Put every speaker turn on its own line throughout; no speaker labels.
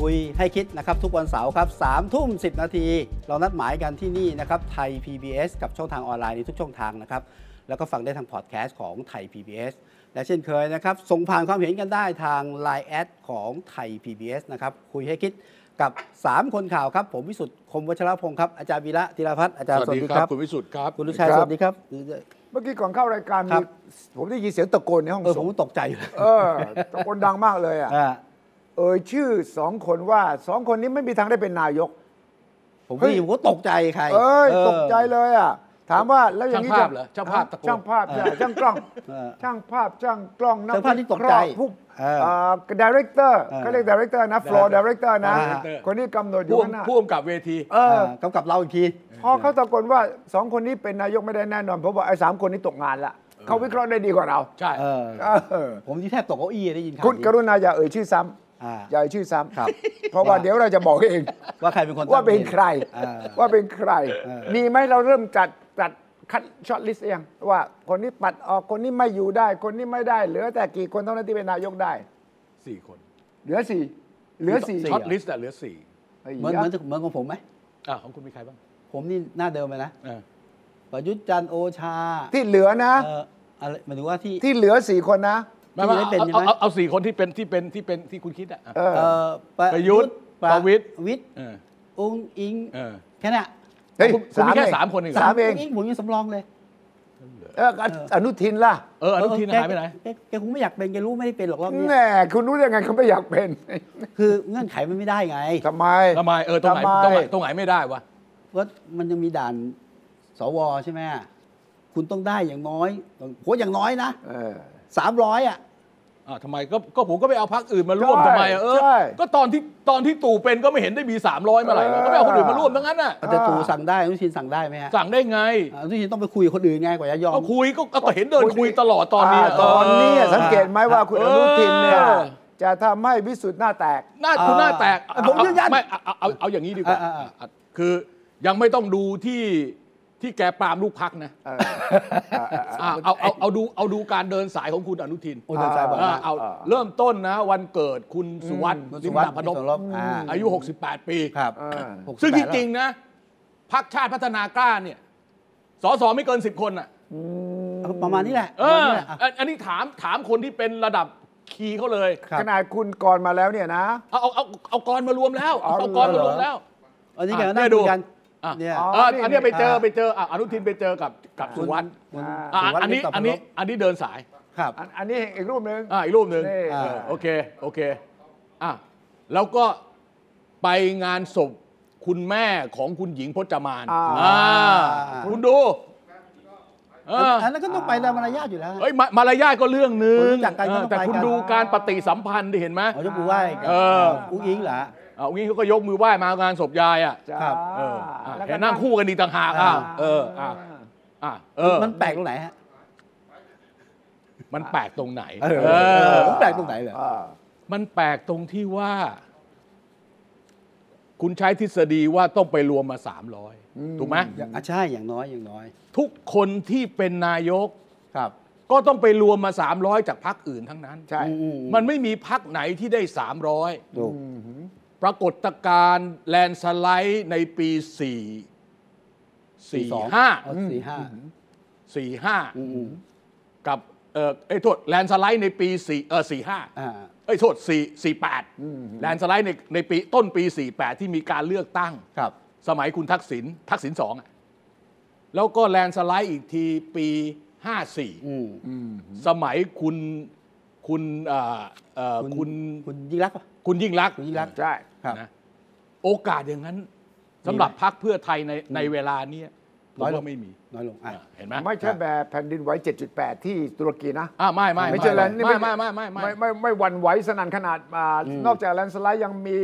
คุยให้คิดนะครับ ทุกวันเสาร์ครับสามทุ่มสินาที เรานัดหมายกันที่นี่นะครับไทย PBS กับช่องทางออนไลน์ในทุกช่องทางนะครับ แล้วก็ฟังได้ทางพอดแคสต์ของไทย PBS และเช่นเคยนะครับ ส่งผ่านความเห็นกันได้ทาง Line แอดของไทย PBS นะครับ คุยให้คิดกับ 3 คนข่าวครับ ผมวิสุทธ์คมวัชรพงศ์ครับ อาจารย์วีระธีรพัฒน์อาจารย์สวัสดีครับ
คุณวิสุทธ์ครับ
คุณลุชัยสวัสดีครับ
เมื่อกี้ก่อนเข้ารายการ
ครั
มี
บ
ผมได้ยินเสียงตะโกนในห้อง
เออผ
ส่
ม
ง
ตกใจอยู่
เออตะโกนดังมากเลยอ่ะ
อ่า
เอ่ยชื่อสองคนว่าสองคนนี้ไม่มีทางได้เป็นนายก
ผม
เฮ้
ก็
ย
อยู่ผมก็ตกใจใคร
เอ้ย
ออ
ตกใจเลยอ่ะถามว่าแล้วอย่างนี้
ช่างภา
จะ
พเหรอช่างภาพตะโกน
ช่างภาพใช่ช่างกล้อง
เออ
ช่างภาพช่างกล้องนั
ช่างภาพที่ตกใจ
วิเคราะห์ผู้
เออ
ดีเรคเตอร์
เออ
เขาเรียกดีเรคเตอร์นะฟลอร์ดีเรคเตอร์นะ
อ่า
คนนี้กำหนดอยู่
พ่วง
ข้างหน้า
พ่วงกับเวที
เออ
กำกับเราอีกที
พอเขาตะโกนว่าสองคนนี้เป็นนายกไม่ได้แน่นอนเพราะว่าไอ้สามคนนี้ตกงานละเขาวิเคราะห์ได้ดีกว่าเรา
ใช่
เออ
เออ
ผมที่แทบตกเก้าอี้ได้ยินข่าว
คุณ
นี้
กรุณาอย่าเอ่ยชื่อซ้
อ่า
ำอย่าเอ่ยชื่อซ้ำ
ครับ
เพราะว่าเดี๋ยวเราจะบอกเอง
ว่าใครเป็นคนตั้ง
ว่าเป็นใคร
อ่า
ว่าเป็นใคร
เออ
มีไหมเราเริ่มจัดจัดคัดช็อตลิสต์ยังว่าคนนี้ปัดออกคนนี้ไม่อยู่ได้ คนนี้ไม่ได้เหลือแต่กี่คนเท่านั้นที่เป็นนายกได้
สี่คน
เหลือสี่เหลือสี่
ช็อตลิสต์อะเหลือสี่
ไอ้
เห
เหี้ย
มือนเหมือนเหมือนของผมไหม
อ่ะของคุณมีใครบ้าง
ผมนี่หน้าเดิมเลยนะ
เออ
ประยุทธ์จันทร์โอชา
ที่เหลือนะ
เอ่ออะไรหมายถึงว่าที่
ที่เหลือสี่คนนะ
ไม่ไม่
ที่ได้เป็นใช่ไหม
เอาเอาเอาสี่คนที่เป็นที่เป็นที่เป็นที่คุณคิดอะอ่ะ
เออ
เอ่อ
ประยุทธ์ประวิตร
วิทย์
เออ
อุ้งอิง
เออ
แค่นั้นอะ
เฮ้ย
คุณคุณมีแค่สามคนเองเหรอ
สามเอง
งผมยังสำรองเลย
เอออนุทินล่ะ
เอออนุทินหายไปไหน
แกแกแกคงไม่อยากเป็นแกรู้ไม่ได้เป็นหรอกรอบนี้
แน่คุณรู้ยังไงเขาไม่อยากเป็น
คือเงื่อนไขมันไม่ได้ไง
ทำไม
ทำไมเออตรงไหนตรง
ทำม
ไหนตรงไหนไม่ได้วะ
ว่ามันยังมีด่านสวใช่ไหมคุณต้องได้อย่างน้อยโหอย่างน้อยนะ
เออ
สามร้อยอ่ะ
อ่ะทำไมก็ก็ผมก็ไปเอาพักอื่นมาร่วม
ใช่
ทำไมอะเออ
ใช่
ก็ตอนที่ตอนที่ตู่เป็นก็ไม่เห็นได้มี 300มาไหร่หรอกก็ไม่เอาคนอื่นมาร่วมทั้งนั้นน่ะ
แต่ตู่
อ่า
สั่งได้อนุทินสั่งได้ไหมฮะ
สั่งได้ไง
อนุทินต้องไปคุยกับคนอื่นไงกว่าจะยอม
ก็คุยก็ก็เห็นเดินคุยตลอดตอนนี้ะ
าตอนนี้
เออ
สังเกตไหมว่าคุณ
เอ
อ
อ
นุทินเนี่ยจะทำให้วิสุทธ์หน้าแตก
หน้าคุณหน้าแตก
เออผมยืนยัน
ไม่เอาเอาเอาเอาอย่างนี้ดีกว่า
อ่ะอ่ะอ่ะ
คือยังไม่ต้องดูที่ที่แกปรามลูกพักนะ
เอ อ
อ่ะเอาเอาเอาดูเอาดูการเดินสายของคุณอนุทิน
โอ้ยสายบอก
อ่ะ
นะ
เอา
อ่ะ
เริ่มต้นนะ วันเกิดคุณสุวัสด์
คุณ
ลิ
สุ
ม
วัส
ตา
ดิ์
พนม
สรบอ่า
อายุ 68 ปี
ครับ
เออ
หกสิบแปด
ซึ่งที่
แล้ว
จริงนะพักชาติพัฒนากล้าเนี่ยสสไม่เกิน 10 คนอ่ะ
ประมาณนี้แหละ
เอ
ประ
อ
มาณนี้แหละอ่ะ
อันอันนี้ถามถามคนที่เป็นระดับคีย์เขาเลย
ครับ
ขนาดคุณกรมาแล้วเนี่ยนะ
เอาเอาเอาเอากรมารวมแล้วเอาเอากรมารวมแล้ว
อันนี้
อ่ะ
แกนั่ง
ได้ดู
คุยกัน
อ่ะ
เนี่ย
อ๋อ
เอออันเนี้ยไปเจอ
นี่
ไปเจออ่ะอนุทินไปเจอกับกับสุวัสด์
คุณ
อ่ะ
สุวัสดิ์
อันนี้
ลิมตาพ
อัน
นม
นี้อันนี้เดินสาย
ครับ
อันอันนี้อีกรูปหนึ่ง
อ่ะอีกรูปหนึ่ง
นี่
อ่ะ
อ่า
โอเคโอเคอ่ะแล้วก็ไปงานศพคุณแม่ของคุณหญิงพจมาน
อ่า
อ่าคุณดูเออ
อันนั้นก็ต้องไปตามมารยาทอยู่แล้ว
เอ้ยมามารยาทก็เรื่องหนึ่
คน
ง
รู้จักกัน
เอ
ก็
อ
ต้อง
แต่คุณ
ไปกัน
ดูการปฏิสัมพันธ์ดิเห็นไหม
เอายกมือไหว้กับ
เออ
อุ้งอิงเหรอ
เอางี้เขาก็ยกมือไหว้มางานศพยายอ่ะ
จ้า
ครับ
เอออ่ะ
แล้ว
แต่นั่งคู่กันดีกต่างหากอ่ะเอออ่ะอ่ะเออ
มันแปลกตรงไหนฮะ
มันแปลกตรงไหน
เออ
เออ
มันแปลกตรงไหนเหรอ
อ่า
มันแปลกตรงที่ว่า คุณใช้ทฤษฎีว่าต้องไปรวมมา 300 ถูกไหม
อย่างอ่ะใช่อย่างน้อยอย่างน้อย
ทุกคนที่เป็นนายก
ครับ
ก็ต้องไปรวมมา 300 จากพักอื่นทั้งนั้น
ใช่
อืมๆ
มันไม่มีพักไหนที่ได้
ถูก
300 ปรากฏการณ์แลนด์สไลด์ในปี 4
สี่สอง
4
เอาสี่ห้า
5 4
อืม
5 กับเออไอ้ยโทษแลนด์สไลด์ในปี4เออ4 5
ๆอ่า
เอ้ยโทษ4 48 แลนด์สไลด์ในในปีต้นปี 48 ที่มีการเลือกตั้ง
ครับ
สมัยคุณทักษิณทักษิณสองอะแล้วก็แลนด์สไลด์อีกทีปี
อืม
54 สมัยคุณคุณเอ่อเอ่อคุณ
คุณยิ่งรักษณ์ปะ
คุณยิ่งรักษณ์
คุณยิ่งรักษณ์
ใช่
ครับ
นะโอกาสอย่างนั้นสำหรับพรรคเพื่อไทยในในเวลาเนี้ย ผม
น้อยลง
ว่าไม่มี
น้อยลงอ่ะ
อ่ะเห็นไหม
ไม่ใช่แบบแผ่นดินไหว 7.8 ที่ตุรกีนะ
อ่าไม่ไม่
ไม่ใช่แลนด์นี่
ไม่ไม่ไม่ไม่ไม่
ไม่
ไม่
ไม่ไม่หวันไหวสนั่นขนาดอ่า
อืม
นอกจากแลนสไลด์ยังมี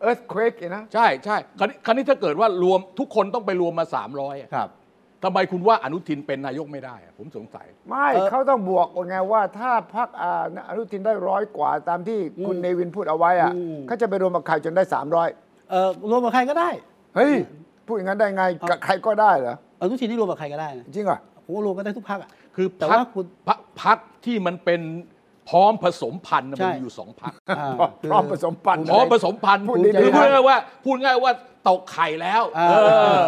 เอิร์ธเควกอีกนะ
ใช่ใช่คราวนี้คราวนี้ถ้าเกิดว่ารวมทุกคนต้องไปรวมมา 300อ่ะ
ครับ
ทำไมคุณว่าอนุทินเป็นนายกไม่ได้อ่ะผมสงสัย
ไม่
เอ่อ
เขาต้องบวกว่าไงว่าถ้าพรรคอ่าอนุทินได้ร้อยกว่าตามที่คุณ
อืม
เนวินพูดเอาไว้อะ
อืม
เขาจะไปรวมกับใครจนได้ 300
เออรวมกับใครก็ได้
เฮ้ย พูดอย่างนั้นได้ไง
ครับ
กับใครก็ได้เหรอ
อนุทินนี่รวมกับใครก็ได้นะ
จริงเหรอ
ผมว่ารวมกันได้ทุกพักอ่ะ
คือ
แต่
พรร
ว่า
ค
คุณ
พรรคพรรคที่มันเป็นพร้อมผสมพันธุ์น่ะ
ใช่
มันมีอยู่สองพรรค
อ่าคื
พร้อมผสมพันธุ์
พร้อมผสมพันธุ์
พูด
คือ
ดีๆ
พูดง่ายๆว่าพูดง่ายๆว่าตกไข่แล้ว
อ่า
เออ
เออ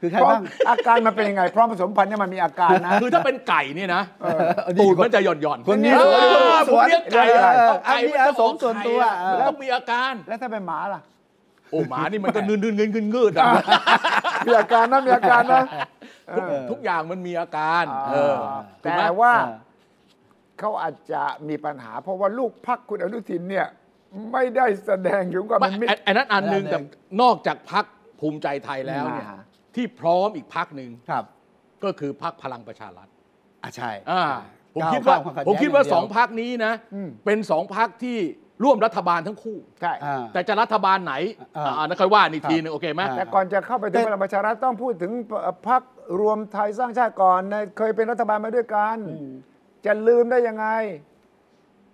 คือใคร
พร้อม
บ้าง
อาการมันเป็นยังไง พร้อมผสมพันธุ์เนี่ยมันมีอาการนะ
คือถ้าเป็นไก่เนี่ยนะ
เออเอาดี
ตูด
กว่า
มันจะหย่อนหย่อนๆ
คนนี้
เอ
คนนี้ส
อผ
ว
ม
น
เลี้ยงไก่
เออเออ
ไก่
อันนี้อาสงส่วนตัวเออ
มันต้องมีอาการ
แล้วถ้าเป็นหมาล่ะ
โอ้หมานี่มันก็ นืดๆเงินๆงืดๆอะ
มีอาการนะมีอาการนะ
ทุก
เออ
ทุกอย่างมันมีอาการเออถูกไหม
แต่ว่า
อ่า
เขาอาจจะมีปัญหา เพราะว่าลูกพักคุณอนุทินเนี่ย ไม่ได้แสดงถึงความ
ไม่
เป็นมิต
ไอ้
ร
ไอ้นั้นอันหนึ่ง
อันหนึ่
แต่
ง
นอกจากพักภูมิใจไทยแล้วเนี่ย
อ่า
ที่พร้อมอีกพักหนึ่ง
ครับ
ก็คือพักพลังประชารัฐ
อ่ะใช่
อ่าผมคิด
ก้
ว่า
ข้มขัแย้
ผมคิดว่า
ย่เย
สองพักนี้นะ
อืม
เป็นสองพักที่ร่วมรัฐบาลทั้งคู่
ใช่
อ่า
แต่จะรัฐบาลไหน
อ่า
อ่านักว่านี่
ครับ
ทีหนึงโอเคไหม
อ่า
แต่ก่อนจะเข้าไปถึงพลังประชารัฐต้องพูดถึงพรรครวมไทยสร้างชาติก่อนนะเคยเป็นรัฐบาลมาด้วยกัน
อืม
จะลืมได้ยังไง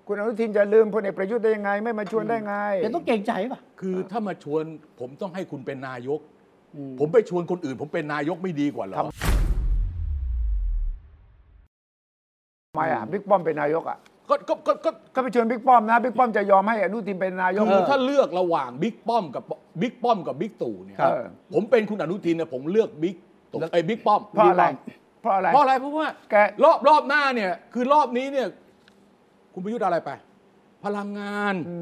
คุณอนุทินจะลืมพลเอกประยุทธ์ได้ยังไง ไม่มาชวนได้ไง
เดี๋ยวต้องเกรงใจป่ะ
คือถ้ามาชวนผมต้องให้คุณเป็นนายก
อืม
ผมไปชวนคนอื่น ผมเป็นนายกไม่ดีกว่าเหรอ
ทำไมอ่ะบิ๊กป้อมเป็นนายกอ่ะ
ก็ก็ก็ก็
ก็ไปชวนบิ๊กป้อมนะบิ๊กป้อมจะยอมให้อนุทินเป็นนายก
คือถ้าเลือกระหว่างบิ๊กป้อมกับบิ๊กป้อมกับบิ๊กตู่เนี่ย
ครับ
เออ
ผมเป็นคุณอนุทินนะผมเลือกบิ๊กตู่ไอ้บิ๊กป้อม
เพราะอะไร เพราะอะไร
เพราะอะไรเพราะว่า
แก
รอบรอบหน้าเนี่ย คือรอบนี้เนี่ย คุณประยุทธ์เอาอะไรไป พลังงาน
อื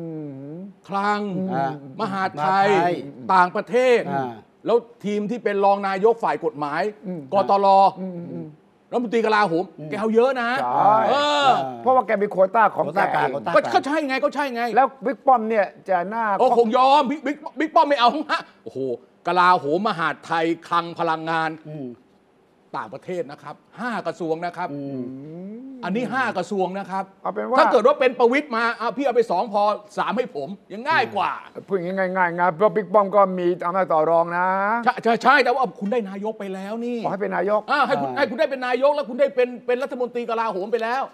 ม
คลัง
อ่าม
หาดไทย
มหาดไทย
ต่างประเทศ
อ่า
แล้วทีมที่เป็นรองนายกฝ่ายกฎหมาย
อืม
กตล
อืมอืม
รัฐมนตรีกลาโหมแกเอาเยอะนะ
ใช่
เออ
เพราะว่าแกมีโควต้าของ
โคว
แก
ต้าลา
เอก
ง
ง
โควต้า
ก็ก็ใช่ไงก็ใช่ไง
แล้วบิ๊กป้อมเนี่ยจะหน้า
โอ้คงยอมบิ๊กบิ๊กบิ๊กป้อมไม่เอา ฮะโอ้โหกลาโหมมหาดไทยคลังพลังงาน
อืม
ต่างประเทศนะครับห้ากระทรวงนะครับ
อืม
อันนี้ห้ากระทรวงนะครับ
เอาเป็นว่า
ถ้าเกิดว่าเป็นประวิตยมาเอาพี่เอาไปสองพอสามให้ผมยังง่ายกว่า
พูดอย่างง่ายๆง่ายๆเพราะบิ๊กป้อมก็มีอำนาจต่อรองนะ
ใช่ใช่ใช่แต่ว่าคุณได้นายกไปแล้วนี่
ขอให้เป็นนายก
อ่าให้คุณ
อ่า
ให้คุณได้เป็นนายกแล้วคุณได้เป็นเป็นรัฐมนตรีกลาโหมไปแล้ว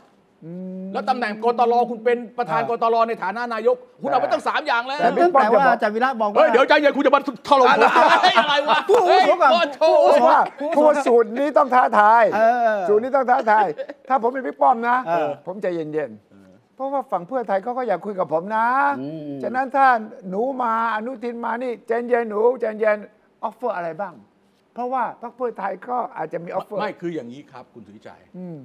แล้วตำแหน่งกตรคุณเป็นประธานกตรในฐานะนายก คุณเอาไปตั้งสามอย่างแล้ว
แต่
บิ๊
เรื่อก ง
ป้อม
แปลว่า
จะบอก
อาจารย์วิระบอกว่า
เฮ้ยเดี๋ยวใจเย็นคุณจะมาถล่มผมเฮ้ยอะไรวะ
ผู้อาวุ
เฮ้ย
โสก่อน
โอ้โห
เพราะว่า
ผู้
ผู้ว่าสูตรนี้ต้องท้าทาย
เออ
สูตรนี้ต้องท้าทาย ถ้าผมเป็นบิ๊กป้อมนะ
เออ
ผมใจเย็นๆ เพราะว่าฝั่งเพื่อไทยเขาก็อยากคุยกับผมนะ
อืม
ฉะนั้นถ้าหนูมาอนุทินมานี่ใจเย็นหนูใจเย็นออฟเฟอร์อะไรบ้าง เพราะว่าพรรคเพื่อไทยก็อาจจะมีออฟเฟอร์
ไม่คืออย่างนี้ครับ คุณสุวิจัย
อืม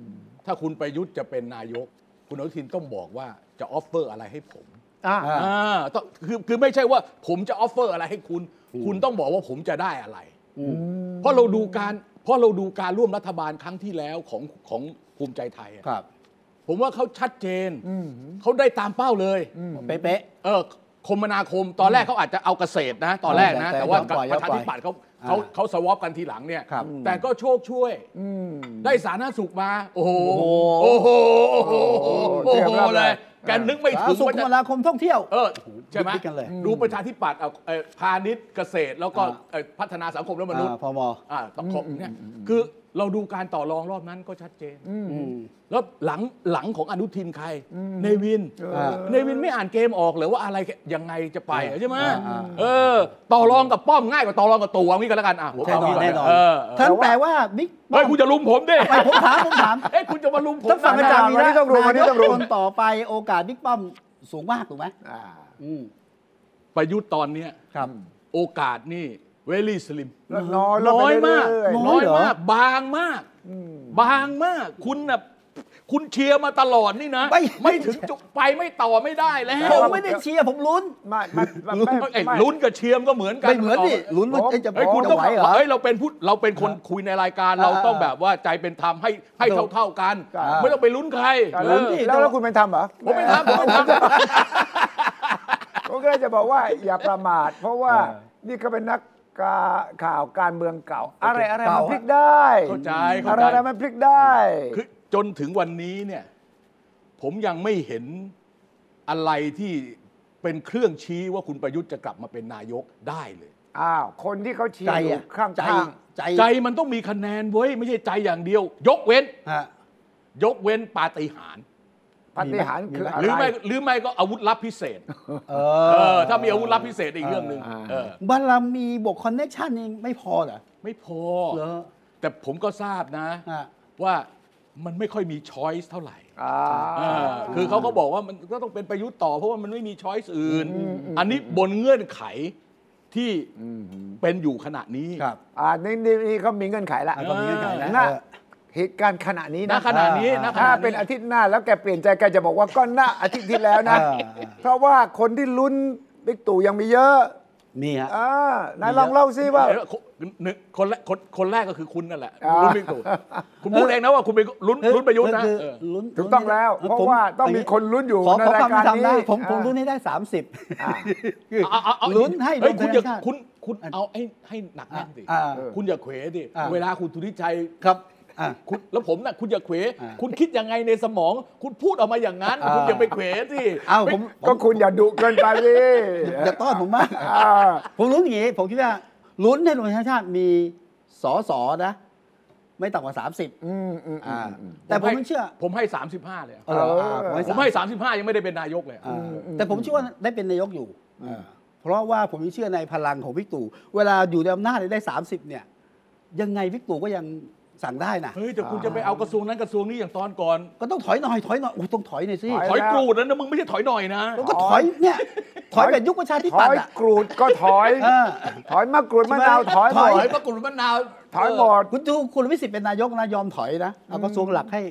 ถ้าคุณประยุทธ์จะเป็นนายก คุณอนุทินต้องบอกว่าจะออฟเฟอร์อะไรให้ผม
อ่ะ
อ่า
อ่าต้องคือคือไม่ใช่ว่าผมจะออฟเฟอร์อะไรให้คุณ คุณต้องบอกว่าผมจะได้อะไร
อืม
เพราะเราดูการเพราะเราดูการร่วมรัฐบาลครั้งที่แล้วของของภูมิใจไทยอะ
ครับ
ผมว่าเขาชัดเจน
อืม
เขาได้ตามเป้าเลย
เป๊ะ
เออคมนาคมตอนแรกเขาอาจจะเอาเกษตรนะ ตอนแรกนะ
แต่
แต่ว่า
แต่ปล่อย
ประชาธิปัตย์เขาเขา
อ่า
เขาสวอปกันทีหลังเนี่ย
ครับ
แต่ก็โชคช่วย
อืม
ได้สาธารณสุขมา โอ้โห
โอ้โห
โอ้โหโอ้โห
โอ้
โอ้
โหเตรียม
โห
รับ
เล
เลย ย
แกนึก
ๆ
ไม่
สาธาร
ถึ
งสุข
ว่า
ค
จะ
มนาคมท่องเที่ยว
เออใช่ไหม
ยึดกันเลย
ดูประชาธิปัตย์เอาเอ่อพาณิชย์เกษตรแล้วก็
อ่า
เอ่อพัฒนาสังคมและมนุษย์
อ่าพม
อ่าต้องครบเนี่ยคือเราดูการต่อรองรอบนั้นก็ชัดเจน
อืม
แล้วหลังหลังของอนุทินใครเนวิน
อ่า
เนวินไม่อ่านเกมออกเหรือว่าอะไรยังไงจะไป
อ่า
ใช่ไหม
อ่าอ่า
เออ ต่อรองกับป้อมง่ายกว่าต่อรองกับตู่เอางี้ก็แล้วกันอ่ะผม
แน่
เอา
นอ
งี้
น
ก่อน
แน่นอน
เออเออ
ท่านแปลว่าบิ๊ก
เฮ้ยคุณจะลุมผมดิ
ไม่ผมถามผมถาม
เอ้ยคุณจะมาลุมผม
ถ้าฝั่งอาจารย์วี
วันนี้
ระ
ต้องรู้วันนี้ต้องรู้
นายกคนต่อไปโอกาสบิ๊กป้อมสูงมากถูกไหม
อ่า
อืม
ประยุทธ์ตอนเนี้ย
ครับ
โอกาสนี่เวลี่สลิม
ลดน้อยล
น้
ด
อ
ไป
ยมาก
เรื่อยๆ
น้
น้อ
อย
ย
เหรอ
มาก บางมาก บางมาก คุณน่ะคุณเชียร์มาตลอดนี่นะ
ไม่
ไม่ถึงจุดไปไม่ต่อไม่ได้แล้
ผ
ว
มไม่ได้เชียร์ผมลุ้น
ไม่ไม่ไม่ไม่
ไอ้
ไม่
ลุ้นกับเชียร์มนก็เหมือนกัน
ไม่เหมือนดิลุ้นว่า
ผม
เอ๊ะจะ
เฮ้ยคุณ
จะ
ต้อง
ไหวเหรอ
เฮ้ยเราเป็นผู้เราเป็นคนคุยในรายการเรา
อ่า
ต้องแบบว่าใจเป็นธรรมให้ให้เท่าเท่าๆกัน
อ่า
ไม่ต้องไปลุ้นใคร
แต่
เอ
ลุ้น
อ
ดิ
แล้วแล้วคุณเป็นทำเหรอ
ผมไม่ทำผมไม่ท
ผมก็เลยจะบอกว่าอย่าประมาท เพราะว่านี่ก็เป็นนัก กาข่าวการเมืองเก่า อะไรอะไร
เก่า
มัน
อะ
พลิกได้
เข้าใจ
อะ
เข้า
ไร
ใจ
อะไรมันพลิกได้
คือจนถึงวันนี้เนี่ย ผมยังไม่เห็นอะไรที่เป็นเครื่องชี้ว่าคุณประยุทธ์จะกลับมาเป็นนายกได้เลย
อ้าวคนที่เขาเชีย
ใจ
ร์อยู่
อะ
ข้าง
ใจ
ข้าง
ใจ
ใจมันต้องมีคะแนนเว้ย ไม่ใช่ใจอย่างเดียว ยกเว้น
ฮะ
ยกเว้นปาฏิหาริย์
ปาฏิหารย์
มีไหม
คืออะ
ห
ไร
รือไม่หรือไม่ก็อาวุธลับพิเศษ
เอ
เออ ถ้ามีอาวุธลับพิเศษอีกเรื่องหนึ่งเออ
บารมีบวกคอนเนคชั่นเองไม่พอเหรอ
ไม่พอ
เหรอ
แต่ผมก็ทราบนะ
ฮะ
ว่ามันไม่ค่อยมีช้อยส์เท่าไหร่
อ่า
เออคือเขาก็บอกว่ามันก็ต้องเป็นประยุทธ์ต่อเพราะว่ามันไม่มีช้อยส์อื่น อันนี้บนเงื่อนไขที่เป็นอยู่ขณะนี้
ครับ
อ่านี่นี่นี่เขามีเงื่อนไขละ
อ่าก็มีเงื่อนไขแล้ว
หน้า
เออ
เหตุการณ์ขณะนี้
ณ
นะ
ขณะนี้ณข
ถ้า
ณะ
เป็นอาทิตย์หน้าแล้วแกเปลี่ยนใจแกจะบอกว่าก็หน้าอาทิตย์ที่แล้วนะ
เออ
เพราะว่าคนที่ลุ้นบิ๊กตู่ยังมีเยอะ
มีฮะ
อ่านาย
มีเยอะ
ลองเล่าซิว่า
เออคนหนึ่งคนแรกคนคนแรกก็คือคุณนั่นแหละ
อ่า
ลุ้นประยุทธ์คุณพูดเองนะว่าคุณไปลุ้นลุ้นประยุทธ์นะ
คือ
เออ
ลุ้น
ถูกต้องแล้ว
ผม
เพราะว่าต้องมีคนลุ้นอยู่
ขอ
ใน
ขอ
รายว
คาม
การ
ทำได้
นี้
ผมผม
อ่า
ลุ้นให้ได้
อ่า
30 คือ
เอาเอาเอา
ลุ้นให้
เฮ้ย
รวม
คุณอย่า
ไทยสร้างชาติ
คุณคุณเอาให้ให้หนักแน่นดิ
อ่า
เออคุณอย่าเขวดิ
อ่า
เวลาคุณธุริชัย
ครับอ่ะ
คุณแล้วผมน่ะคุณอย่าเขว
อ่า
คุณคิดยังไงในสมอง คุณพูดออกมาอย่างนั้น
อ่า
คุณอย่าไปเขวสิ
อ้าวผมผ
ก็
ม
คุณอย่าดุเกินไปสิ
อย่าต้อนผมมาก
อ่า
ผมลุ้นอย่างนี้ ผมคิดว่าลุ้นให้รวมไทยสร้างชาติมีสอสอนะ ไม่ต่ำกว่า 30
อืมอืมอื
อ่าม แต่ผม
ให้
ไม่เชื่อ
ผมให้ 35 เลยอะ
เอออ่า
ผมให้
ผมให้ 35 ยังไม่ได้เป็นนายกเลยอะ
30อ่าแต่ผมเชื่อว่าได้เป็นนายกอยู่อ่าเพราะว่าผมยังเชื่อในพลังของวิกตู่เวลาอยู่ในอำนาจได้ 30 เนี่ย ยังไงวิกตู่ก็ยังสั่งได้นะ
เฮ้ยแต่คุณจะไปเอากระทรวงนั้นกระทรวงนี้อย่างตอนก่อน
ก็ต้องถอยหน่อยถอยหน่อยโอ้ยต้องถอยหน่อยสิ
ถ ไป
ถอยกรูดนั้นนะมึงไม่ใช่ถอยหน่อยนะ
แล้วก็ถอยเนี่ยถอยแบบยุคประชาธิ
ถ
ปัต
อย
ย์อ่ะ
กรูดก็ถอย
เออ
ถอยมากรูดมะนาวถอยห
ถ
มด
อย
ถอยปรากฏว่ามะนาว
ถอยหมด
คุณดูคุณวิสิทธิ์เป็นนายกนะยอมถอยนะเอากระทรวงหลักให้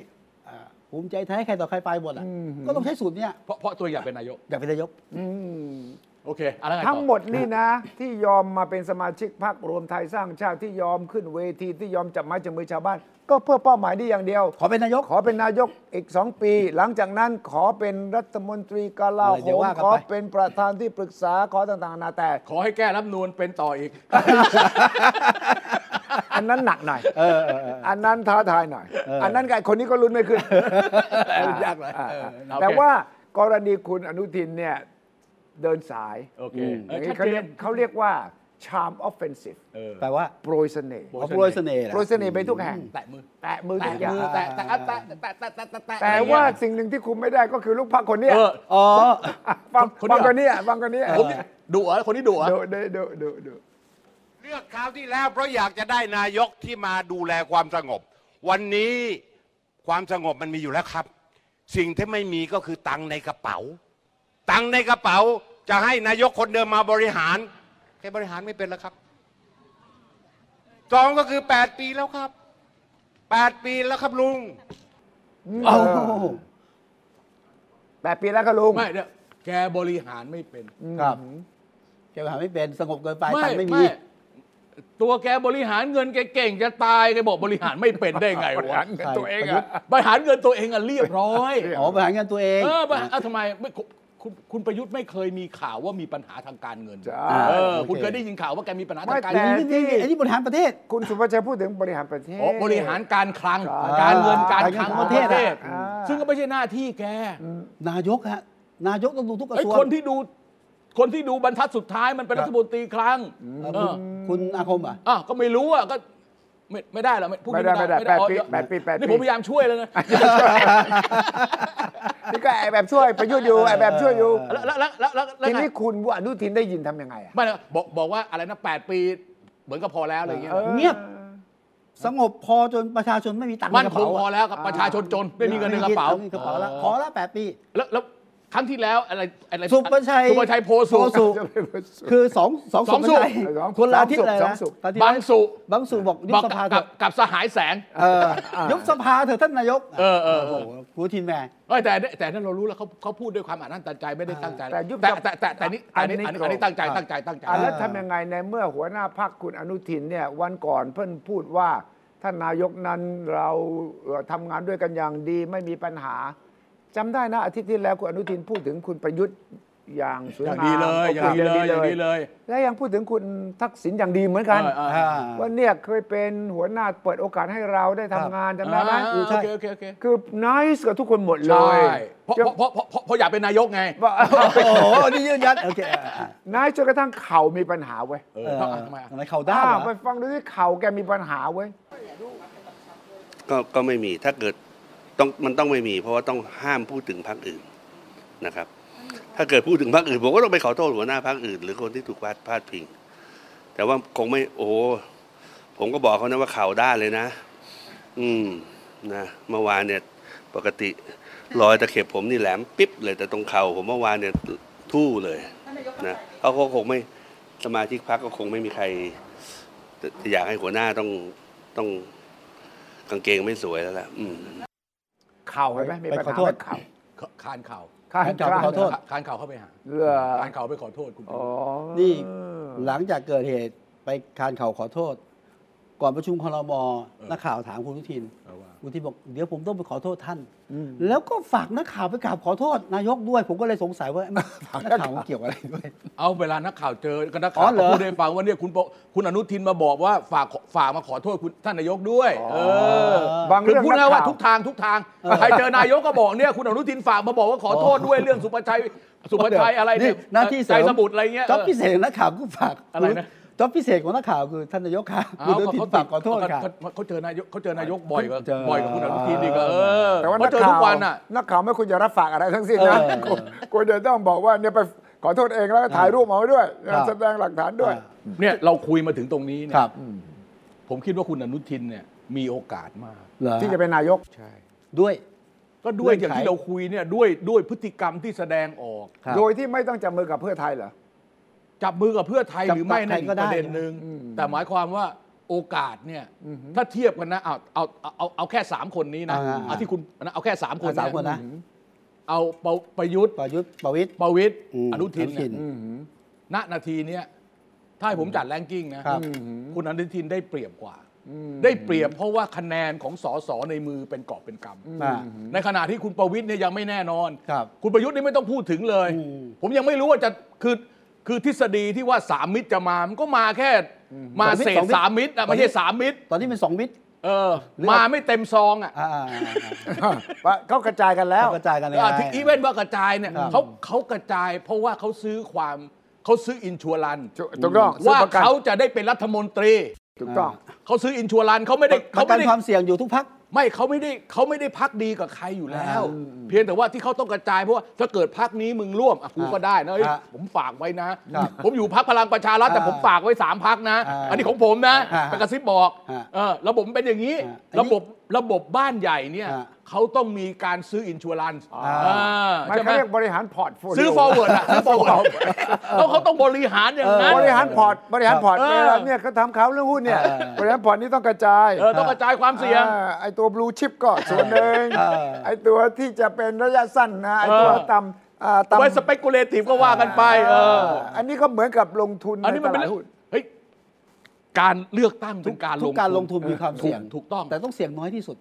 อ่าภูมิใจไทยใครต่อใครไปหมดอ่ะ
อืม
ก็ต้องใช้สูตรเนี่ย
เพราะเพราะตัวอยากเป็นนายก
อยากเป็นนายก
อืม
โอเคอะไรไงต่อ
ทั้งหมดนี่นะ ที่ยอมมาเป็นสมาชิกพรรครวมไทยสร้างชาติที่ยอมขึ้นเวทีที่ยอมจับไม้จับมือชาวบ้าน ก็เพื่อเป้าหมายนี้อย่างเดียว
ขอเป็นนายก
ขอเป็นนายกอีก 2 ปี หลังจากนั้นขอเป็นรัฐมนตรีกลา
เดี๋ยว
โหม
ว่ากัน
ข
ไป
อเป็นประธานที่ปรึกษาขอต่างๆนานาแต่
ขอให้แก้รับนูนเป็นต่ออีก
อันนั้นหนักหน่อย
เออเออเออ
อันนั้นท้าทายหน่อย
เอออั
อันนั้นกับคนนี้ก็ลุ้นไม่ขึ้น
ยากหน่อย
อ่
เออ
อ่าแต่ว่ากรณีคุณอนุทินเนี่ยเดินสาย
โอเค
อ
เออย่าง ชัดเจ
นี้เขาเรีย
น
กเขาเรียกว่า charm offensive
เออ
แปลว่า
โปรยเสน่ห์
โปร
เอาโปรยเสน่ห์เหรอ
โปรยเสน่ห์ไปทุกแห่ง
แตะมือ
แตะมือทุ
แตะ
กอย่าง
มือแตะแตะแตะแตะแตะแตะแตะแตะ
แต่ว่าสิ่งหนึ่งที่คุมไม่ได้ก็คือลูกพักคนเนี้ย
เออ
อ๋อ
ะฟัง
คนเนี้ย
ฟังคนเนี้ยฟังคนเนี้ย
ผมนี่ดุเหรอคนที่ดุเหรอ
ดูดูดูดูดู
เลือกคราวที่แล้วเพราะอยากจะได้นายกที่มาดูแลความสงบ วันนี้ความสงบมันมีอยู่แล้วครับ สิ่งที่ไม่มีก็คือตังค์ในกระเป๋า ตังค์ในกระเป๋าจะให้นายกคนเดิมมาบริหารแกบริหารไม่เป็นแล้วครับจองก็คือ 8 ปีแล้วครับ 8 ปีแล้วครับลุง
เอ้า
แปดปีแล้วก็ลุง
ไม่เนี่ยแกบริหารไม่เป็น
ครับแกหาไม่เป็นสงบเกินไปตังค์ไม่มี
ตัวแกบริหารเงินแกเก่งจะตายแกบอกบริหารไม่เป็นได้ไง
บริหาว
ะ
รเงินตัวเอง
ประยุท
อะ
ธ์
บริหารเงินตัวเองอะเรียบร้อย
อ๋อบริหารงานตัวเอง
เออบริหารเอาทำไมไม่คุณคุณคุณประยุทธ์ไม่เคยมีข่าวว่ามีปัญหาทางการเงิน
ใช่
เออ
โอเค
คุณเคยได้ยินข่าวว่าแกมีปัญหาทางการ
ไม่แต่
เงิน
นี่นี่นี่อันนี้บริหารประเทศ
คุณสุภาชัยพูดถึงบริหารประเทศ
อ๋อบริหารการคลัง การเงินการคลังของประเทศ
อ่า
ซึ่งก็ไม่ใช่หน้าที่แก
นายกฮะนายกต้องดูทุกกระ
ไอ้
ทรวง
คนที่ดูคนที่ดูบรรทัดสุดท้ายมันเป็นรัฐมนตรีคลัง
เออคุ
เอ
ณ
อ
คุณอาคมเหรอ่ะ
อ่ะก็ไม่รู้อ่ะก็ไม่ไม่ได้หรอพูด
ไม่ได้ไม่ได้แปดปี
อ๋อ
แปดปีแปดปี
นี่ผมพยายามช่วยแล้วนะ
นี่ก็ไอแบบช่วยประยุทธ์อยู่ไอแบบช่วยอยู่
แล้วแล้วแล้วแล้วแล้ว
ที
ไง
นี้คุณว่าอนุทินได้ยินทำยังไงอะ
ไม่นะบอกบอกว่าอะไรนะแปดปีเหมือนกับพอแล้วอะไรอย่างเงี้ย
ออ เงียบ สงบพอจนประชาชนไม่มีตังค์
มัน
ในกระ
คง
เป๋า
พอ
อะ
แล้วกับประชาชนจนไม่มีเงินในกระเป๋า
ไม่มีกระเป๋าแล้วพอละแปดปี
แล้วแล้วครั้งที่แล้วอะไรอะไร
สุประชัย
สุประชัยโพสุ
โพ
จะไปพูด
คือสองสอง
สองสุ
สุประ
ข
ชัย
สองสุข
คนละอาทิตย์เลย
สอง
นะ
สุข
อาทิตย์
บางสุ
บางสุบอกยุ
บอก
บสภาเถ
กับ
อะ
กับสหายแสง
เออยุบสภาเถอะท่านนายก
เออเออเออ
โอ้โหกูทินแม่
เอ้ยแต่เนี่ยแต่นั่นเรารู้แล้วเขาเขาพูดด้วยความอ่านนั่นตันใจไม่ได้ตั้งใจ
แต่ยุบ
แต่
สภา
แต่แต่แต่นี่แต่นี่อันนี้
อั
อัน
นนี้
นี้
โกรธ
ตั้งใจตั้งใจตั้งใจ
อ่ะแล้วทำยังไงในเมื่อหัวหน้าพักคุณอนุทินเนี่ยวันก่อนเพิ่นพูดว่าท่านนายกนั้นเราเอ่อทำงานด้วยกันอย่างดีไม่มีปัญหาจำได้นะอาทิตย์ที่แล้วคุณอนุทินพูดถึงคุณประยุทธ์ อย่างสวย
อย่าง
งาม
ดีเลยอย่างดีเลยอย่างดีเลย
และยังพูดถึงคุณทักษิณอย่างดีเหมือนกัน
เออเอ
อ่า
อ
ว่าเนี่ยเคยเป็นหัวหน้าเปิดโอกาสให้เราได้ทำงานจำได้ไหม
อ่าโอ
ใช่
เคโอเคโอเค
คือ nice กับทุกคนหมดเล
ใช่
ย
เพราะ
จน
เพราะเพราะเพราะเพราะอยากเป็นนายกไง
ว่า
โอ้โหนี่ยืนยันโอเคอ่าอ่า
nice จนกระทั่งเข่ามีปัญหาเว้ย
เอ
เอ
อ
อ
เพราะอ่ะทำไมอ่ะ
ทำไมเขาด้าม
อ้าว
เหร
ไป
อ
ฟังดูที่เข่าแกมีปัญหาเว้ย
ก็ก็ไม่มีถ้าเกิดต้องมันต้องไม่มี เพราะว่าต้องห้ามพูดถึงพรรคอื่นนะครับ ถ้าเกิดพูดถึงพรรคอื่นผมก็ต้องไปขอโทษหัวหน้าพรรคอื่น หรือคนที่ถูกพาดพาดพิง แต่ว่าคงไม่โอ้โหผมก็บอกเขานะว่าข่าวด้านเลยนะ อืมนะเมื่อวานเนี่ยปกติรอยตะเข็บผมนี่แหลมปิ๊บเลยแต่ตรงเข่าผมเมื่อวานเนี่ยทู่เลยนะเขาก็คงไม่สมาชิกพรรคก็คงไม่มีใครจะจะอยากให้หัวหน้าต้องต้อง กางเกงไม่สวยแล้วล่ะอืม
เข่าเห็นไหมมี
ไป
ปัญ
ขอ
หา
โทษ
ไหมเข่า
คานเข่า
ข้าง
ไปขอโทษ
ข้า
คา
ง
นเข่าเข้าไปหา
เหรอ
คานเข่าไปขอโทษคุณ
อ๋อ
นี่ หลังจากเกิดเหตุไปคานเข่าขอโทษ ก่อนประชุมครมนักข่าวถามคุณอนุทิน
เออว่า
คุณอนุทินบอกเดี๋ยวผมต้องไปขอโทษท่าน
อืม
แล้วก็ฝากนักข่าวไปกราบขอโทษ นายกด้วย ผมก็เลยสงสัยว่านักข่าวมันเกี่ยวอะไรด้วย
เอาเวลานักข่าวเจอก็นัก
อ๋อ
ข่าว
เหร
ก็
อ
พูดให้ฟังว่าเนี่ยคุณปอคุณอนุทินมาบอกว่าฝากขอฝากมาขอโทษคุณท่านนายกด้วย เออบ
าง
คือ
เรื่อง
พูด
นั
ง่ายๆ
ก
ว่า
ข่าว
ทุกทางทุกทางใครเจอนายกก็บอกเนี่ยคุณอนุทินฝากมาบอกว่าขอโทษด้วยเรื่องสุภชัยสุภชัยอะไรเนี่ย
หน้าที่เสริ
ใจ
ม
สมุทรอะไรเงี้ย
จ็อบ
เออ
พิเศษของนักข่าวก็ฝาก
อะไรนะ
จ็อบพิเศษของนักข่าวคือท่านนายกค่ะ
เอ้า
คุณอนุทิน
เขา
ฝากขอโทษค่ะ
เขาเขาเขาเจอนายกเขาเจอนายกบ่อยกว่า
เจอ
บ่อยกว่าคุณอนุทินดีกว่าเออ
แต่ว่า
เขา
นัก
เจอ
ข่า
ทุ
ว
กวันอ่ะ
นักข่าวไม่ควรจะรับฝากอะไรทั้งสิ้นนะ
เออ
ควรควรจะต้องบอกว่าเนี่ยไปขอโทษเองแล้วก็ถ่ายรูปมาไว้ด้วย
ครับ
แสดงหลักฐานด้วย
เนี่ยเราคุยมาถึงตรงนี้เนี่
ครั
ย
บ
ผมคิดว่าคุณอนุทินเนี่ยมีโอกาสมาก
เหรอ
ที่จะเป็นนายก
ด้วย
ก็ด้วย
เงื่
อย่า
อน
ง
ไข
ที่เราคุยเนี่ยด้วยด้วยพฤติกรรมที่แสดงออก
ครับ
โดยที่ไม่ต้องจับมือกับเพื่อไทยเหรอ
จับมือกับเพื่อไทย
จับ
หรือไม่
กับใคร
นั่นอีก
ก็
ป
ได้
ระเด็นหนึ่ง
อืม
แต่หมายความว่าโอกาสเนี่ย
อือหือ
ถ้าเทียบกันนะเอาเอาเอาเอาเอาแค่ 3 คนนี้นะ
อ่าๆ
เอาที่คุณนะเอาแค่ 3 คน
สามคนนะ
เอาประประยุทธ์
ประยุทธ์ประวิตร
ประวิตย
อืม
อนุทิ
อ
น
นุทิ
เนี่ย
น
อืมหืม
ณนาทีเนี้ยถ้าให้ผมจัดแรงกิ้งนะครับ
อืมหืม
คุณอนุทินได้เปรียบกว่า
อืม
ได้เปรียบเพราะว่าคะแนนของสสในมือเป็นกอบเป็นกำ
อ่า
ในขณะที่คุณประวิทย์เนี่ยยังไม่แน่นอน
ครับ
ณประยุทธ์นี่ไม่ต้องพูดถึงเลย
อืม
ผมยังไม่รู้ว่าจะคือคือทฤษฎีที่ว่าสามมิตรจะมา มันก็มาแค่มาเศษสามมิตรอะไม่ใช่สามมิตร
ตอนนี้เป็นสองมิตร
เออ
หรือ
มาไม่เต็มซองอ่ะ
อ่า
ว่าเขากระจายกัน
ๆ
แล้ว
ๆกระจายกันเลย
เออที่อีเวนต์ว่ากระจายเนี่ย
ครับ
เขาเขากระจาย เพราะว่าเขาซื้อความเขาซื้ออินชัวรัน
ถูกต้องซื้อ
ว่า
ประกัน
เขาจะได้เป็นรัฐมนตรี
ถูกต้อง
เขาซื้ออินชัวรันเขาไม่ได้
ป
เขา
ระกั
ไม่
น
ได้
ความเสี่ยงอยู่ทุกพัก
ไม่เขาไม่ได้เขาไม่ได้พักดีกับใครอยู่แล้ว
อ่
เพียงแต่ว่าที่เขาต้องกระจายเพราะว่าถ้าเกิดพักนี้มึงร่วมอ่ะกูก็ได้นะเอ้ย
อ่ะ
ผมฝากไว้นะ
ครับ
ผมอยู่พักพลังประชารัฐแต่
อ่า
ผมฝากไว้สามพักนะ
อ่า
อันนี้ของผมนะ
อ่า
ไปกระซิบบอก
อ่า
เออระบบมันเป็นอย่างนี้
อ่าอันนี้
ระบบระบบบ้านใหญ่เนี่ย
อ่า
เขาต้องมีการซื้ออินชัวรันซ์
อ่า
ไม่
ใช่ไหม
เขาเรียกบริหารพอร์ตโฟลิโ
ซื้อ forward อะซื้อ forward เขาเขาต้องบริหารอย่างนั้น
บริหารพอร์ตบริหารพอร์ต
เออ
เวลาเนี่ยเขาทำข่าวเรื่องหุ้นเนี่ย
เออ
บริหารพอร์ตนี่ต้องกระจาย
เออต้องกระจายความเสี่ยง
อ่าไอตัวบลูชิปก็ส่วนหนึ่ง
เออ
ไอตัวที่จะเป็นระยะสั้นนะไอตัว
เออ
ต่ำอ่าต่ำ
ไว้สเปกุเลทีฟก็ว่ากันไปเออ
อันนี้ก็เหมือนกับลงทุน
อันนี้มัน
ใต
เป็น
ลา
เรื่อ
ด
ง
หุ้น
เฮ้ยการเลือกตั้งเป็นการล
ทุ
ง
กการลงทุนมีความ
ถูก
เสี่ยง
ถูกต้อง
แต่ต้องเสี่ยงน้อยที่สุด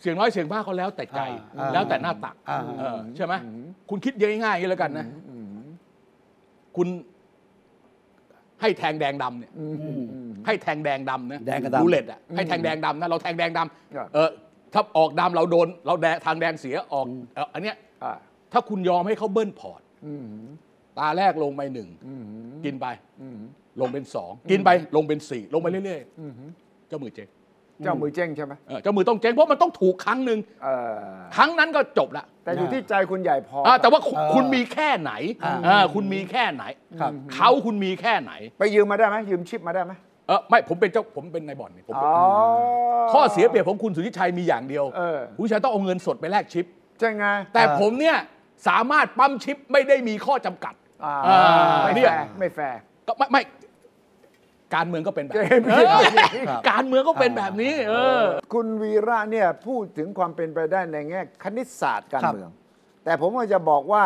เสียงน้อยเสียงมากก็แล้วแต่ใจ
อ่า
แล้วแต่หน้าตัก
อ่า
เออใช่ไหมคุณคิดง่ายๆอย่างนี้แล้วกันนะคุณ ให้แทงแดงดำเนี่ย ให้แทงแดงดำนะ
แดงกับดำ
รูเล็ตอ่ะให้แทงแดงดำนะเราแทงแดงด
ครับ
ำเออถ้าออกดำเราโดน เราแดงทางแดงเสียออกเอ่ออันเนี้ย
อ่า
ถ้าคุณยอมให้เขาเบิ้ลพอร์ต
อืม
ตาแรกลงไปหนึ่ง
อืม
กินไป
อืม
ลงเป็นสองกินไปลงเป็นสี่ลงไปเรื่อย
อืมอืม
ๆเจ้ามือเจ๊ง
เจ้ามือเจ้งใช่ไหม
เออเจ้ามือต้องเจ๊งเพราะมันต้องถูกครั้งหนึ่ง
เออ
ครั้งนั้นก็จบละ
แต่อยู่ที่ใจคุณใหญ่พอ
อ่าแต่ว่าคุณ
เออ
คุณมีแค่ไหน
อ่า
อ่าคุณมีแค่ไหน
ครับ
เขาคุณมีแค่ไหน
ไปยืมมาได้ไหมยืมชิปมาได้ไหม
เออไม่ผมเป็นเจ้าผมเป็นนายบ่อนนี่ผม
อ๋อ
ข้อเสียเปรียบของคุณสุทธิชัยมีอย่างเดียว
เออ
คุณสุทธิชัยต้องเอาเงินสดไปแลกชิป
ใช่ไง
แต่
เออ
ผมเนี่ยสามารถปั๊มชิปไม่ได้มีข้อจำกัด
อ่า
อ่า
ไม่
เนี่
แฟ
ย
ร์ไม่แฟร์
ก็ไม่ไม่การเมืองก็เป็นแบบ
เจ๊ง
เออการเมืองก็เป็นแบบนี้ เออ
คุณวีระเนี่ยพูดถึงความเป็นไปได้ในแง่คณิตศาสตร์การ
ครับ
เมือง แต่ผมก็จะบอกว่า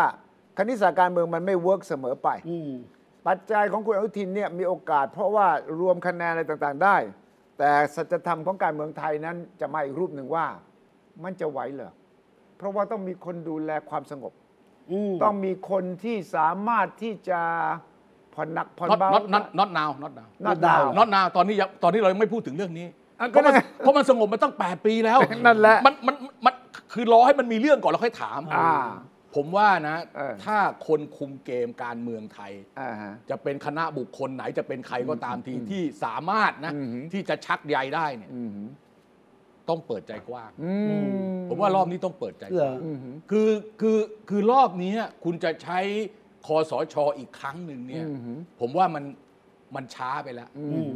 คณิตศาสตร์การเมืองมันไม่เวิร์กเสมอไป
อืม
ปัจจัยของคุณอนุทินเนี่ยมีโอกาส เพราะว่ารวมคะแนนอะไรต่างๆได้ แต่สัจธรรมของการเมืองไทยนั้นจะมาอีกรูปหนึ่งว่า มันจะไหวเหรอเพราะว่าต้องมีคนดูแลความสงบ
อืม
ต้องมีคนที่สามารถที่จะผ่อนหนักผ่อน
น็อต
เบา
น็อตน็อตน็อตนาวน็อตนาว
not now
น็อตนาวตอนนี้ยังตอนนี้เรายังไม่พูดถึงเรื่องนี้
อ่ะ
เพราะมัน
ก็ได้
เพราะมันสงบมาตั้ง 8 ปีแล้ว
นั่นแหละ
มันมันมันคือรอให้มันมีเรื่องก่อนแล้วค่อยถาม
อ่า
ผมว่านะ
เออ
ถ้าคนคุมเกมการเมืองไทย
อ่าฮะ
จะเป็นคณะบุคคลไหนจะเป็นใครก็ตามทีที่สามารถนะ
อือหือ
ที่จะชักใยได้เนี่ย
อืมหืม
ต้องเปิดใจกว้าง
อืม
ผมว่ารอบนี้ต้องเปิดใจก
เหร
ว้า
อง
อืมหืม
คือคือคือรอบนี้คุณจะใช้คอสอชออีกครั้งหนึ่งเนี่ย
อือหือ
ผมว่ามันมันช้าไปแล้ว
อืม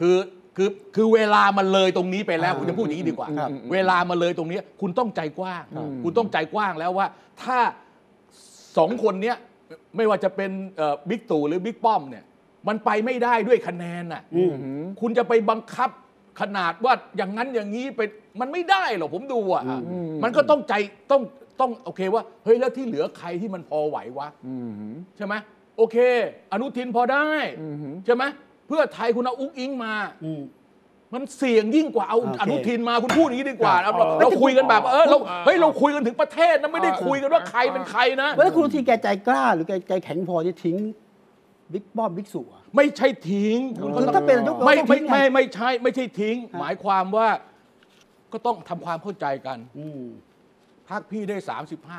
คือคือคือเวลามันเลยตรงนี้ไปแล้วผมจะพูดอย่างนี้ดีกว่า
ครับ
เวลามันเลยตรงนี้ คุณต้องใจกว้าง
ครับ
คุณต้องใจกว้างแล้วว่า ถ้าสองคนเนี้ยไม่ว่าจะเป็นเอ่อบิ๊กตู่หรือบิ๊กป้อมเนี่ยมันไปไม่ได้ด้วยคะแนนน่ะคุณจะไปบังคับขนาดว่าอย่างนั้นอย่างนี้ไปมันไม่ได้หรอกผมดูอ่ะมันก็ต้องใจต้องต้องโอเคว่าเฮ้ยแล้วที่เหลือใครที่มันพอไหววะ
อืมหืม
ใช่ไหมโอเค อนุทินพอได้
อือหือ
ใช่ไหมเพื่อไทยคุณเอาอุ้งอิงมา
อืม
มันเสี่ยงยิ่งกว่าเอา
โอเค
อนุทินมาคุณพูดอย่างนี้ดีกว่า
ครับ
เอาเราเราคุยกันแบบเออเราเฮ้ยเราคุยกันถึงประเทศนะไม่ได้คุยกันว่าใครเป็นใครนะ
แล้วคุณอนุทีแกใจกล้า หรือแกแกแข็งพอที่ทิ้งบิ๊กป้อมบิ๊กสู่อะ
ไม่ใช่ทิ้งคุณ
คือ
ก็ต้อง
ถ้าเป็นนายกเรา
ไม่
ต้อง
ไม่
ทิ้ง
ไม่
ไง
ไม่ใช่ไม่ใช่ทิ้ง
ครับ
หมายความว่าก็ต้องทำความเข้าใจกัน
อืม
พักพี่ได้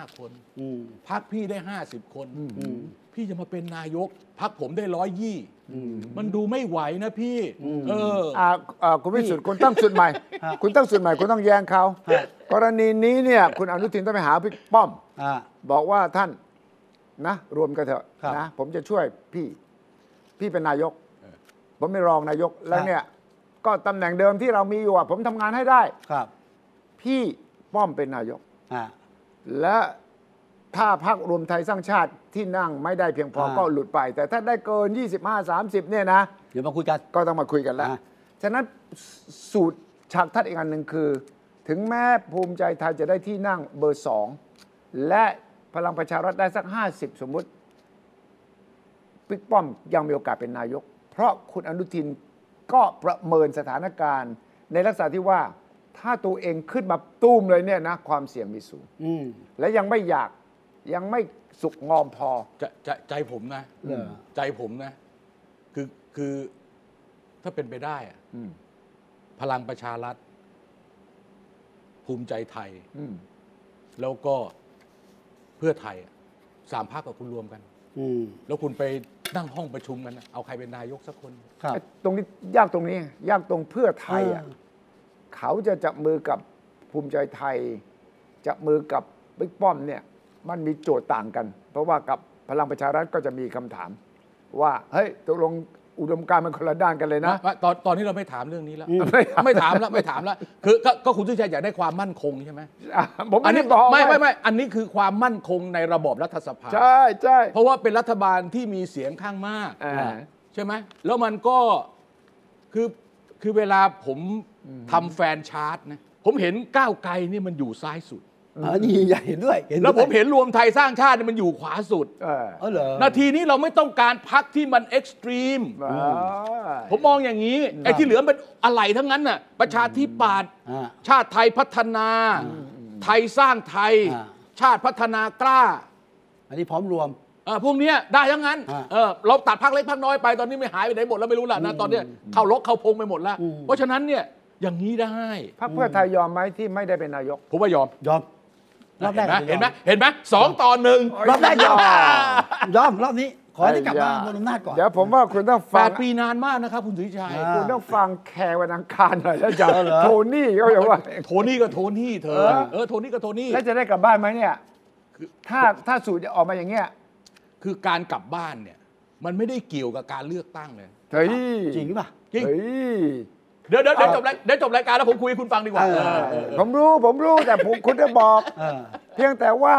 35 คน
อืม
พักพี่ได้ 50 คน
อืม
พี่จะมาเป็นนายกพักผมได้ร้อยยี่มันดูไม่ไหวนะพี่
อืม
เออ
อ่าเอ่อคุณวิสุทธิ์คุณตั้งสุดใหม่ คุณตั้งสุดใหม่คุณต้องแย้งเขากรณีนี้เนี่ย คุณอนุทินต้องไปหาพี่ป้อม
อ่า
บอกว่าท่านนะ รวมกันเถอะ
ครับ
นะ ผมจะช่วยพี่ พี่เป็นนายก ผมไม่รองนายก
ค
แล้
รั
ว
บ
เนี่ย ก็ตำแหน่งเดิมที่เรามีอยู่อะผมทำงานให้ได้
ครับ
พี่ป้อมเป็นนายก
อ่า
และถ้าพักรวมไทยสร้างชาติที่นั่งไม่ได้เพียงพอ
อ่า
ก็หลุดไป แต่ถ้าได้เกิน 25-30 เนี่ยนะ
เดี๋ยวมาคุยกัน
ก็ต้องมาคุยกันแล้ว
อ่ะ
ฉะนั้นสูตรฉากทัดอีกอันหนึ่งคือ ถึงแม้ภูมิใจไทยจะได้ที่นั่งเบอร์สองและพลังประชารัฐได้สัก 50 สมมุติปิ๊กป้อมยังมีโอกาสเป็นนายก เพราะคุณอนุทินก็ประเมินสถานการณ์ ในลักษณะที่ว่าถ้าตัวเองขึ้นมาตุ้มเลยเนี่ยนะ ความเสี่ยงมีสูง
อืม
และยังไม่อยากยังไม่สุกงอมพอ
ใจใจใจผมนะ
เหรอ
ใจผมนะ คือคือถ้าเป็นไปได้อะ
อืม
พลังประชารัฐ ภูมิใจไทย
อืม
แล้วก็เพื่อไทยอะสามภาคกับคุณรวมกัน
อืม
แล้วคุณไปนั่งห้องประชุมกันนะเอาใครเป็นนายกสักคน
ครับ
ตรงนี้ยากตรงนี้ยากตรงเพื่อไทยอ่ะ
อ่า
เขาจะจับมือกับภูมิใจไทย จับมือกับบิ๊กป้อมเนี่ย มันมีโจทย์ต่างกัน เพราะว่ากับพลังประชารัฐก็จะมีคำถาม ว่า เฮ้ยตกลงอุดมการณ์มันคนละด้านกันเลยนะ
ไม่ตอนตอนนี้เราไม่ถามเรื่องนี้แล้ว
ไม่ถาม
ไม่ถามแล้วไม่ถามแล้วคือก็ก็คุณสุชัยอยากได้ความมั่นคงใช่ไหม
อ่ะผม
อัน
ไม่
นี้
ได้บอก
ไม่ไม่
ว่า
ไม่อันนี้คือความมั่นคงในระบอบรัฐสภา
ใช่ใช่
เพราะว่าเป็นรัฐบาลที่มีเสียงข้างมาก
อ่า
ใช่ไหม แล้วมันก็คือคือเวลาผมทำแฟนชาร์ตนะ ผมเห็นก้าวไกลนี่มันอยู่ซ้ายสุด
อ๋อนี่ใหญ่เห็นด้วยเห็นด้วย
แล้วผมเห็นรวมไทยสร้างชาตินี่มันอยู่ขวาสุด
เออ
เออเหรอ
นาทีนี้เราไม่ต้องการพักที่มันเอ็กซ์ตรีม
อ่า
ผมมองอย่างนี้ ไอ้ที่เหลือมันเป็นอะไรทั้งนั้นน่ะ ประชาธิปัตย์
อ่า
ชาติไทยพัฒนา ไทยสร้างไทย
อ่า
ชาติพัฒนากล้า
อันนี้พร้อมรวม
เออพวกเนี้ยได้ทั้งนั้น
ฮะ
เออเราตัดพักเล็กพักน้อยไปตอนนี้ไม่หายไปไหนหมดแล้วไม่รู้ละนะตอนเนี้ยเข้าลกเข้าพงไปหมดแล้ว
อืม
เพราะฉะนั้นเนี่ยอย่างนี้ได้
พรรคเพื่อไทยยอมไหมที่ไม่ได้เป็นนายก
ผมว่ายอม
ยอมรอบแรก
เห็นไหมเห็นไหมเห็นไหมสองต่อหนึ่ง
รอบแรกยอม
ยอ
ยอมรอบนี้ ขอให้ได้กลับมาบนอำนาจก่อน
เดี๋ยวผมว่าคุณต้อง
แป
ฟัง
ดปีนานมากนะครับ คุณสุริชัย
อ่า
คุณต้องฟังแคร์วันอังคารหน่อยแล้วจะ
เอาเหรอ
โทนี่เขาจะว่า
โทนี่ก็โทนี่เธอ
เออ
เออโทนี่ก็โทนี่
แล้วจะได้กลับบ้านไหมเนี่ยถ้าถ้าสูตรจะออกมาอย่างเงี้ย
คือการกลับบ้านเนี่ย มันไม่ได้เกี่ยวกับการเลือกตั้งเลย
เฮ้ย
จริงหรือเปล่ะ
จริง
เฮ้ย
เดี๋ยวเดี๋ยวเดี๋ยวจบรายเดี๋ยวจบรายการแล้วผมคุยให้คุณฟังดีกว่า
เออ
เออเออ
ผมรู้ผมรู้แต่ผมคุณจะบอก
เออ
เพียงแต่ว่า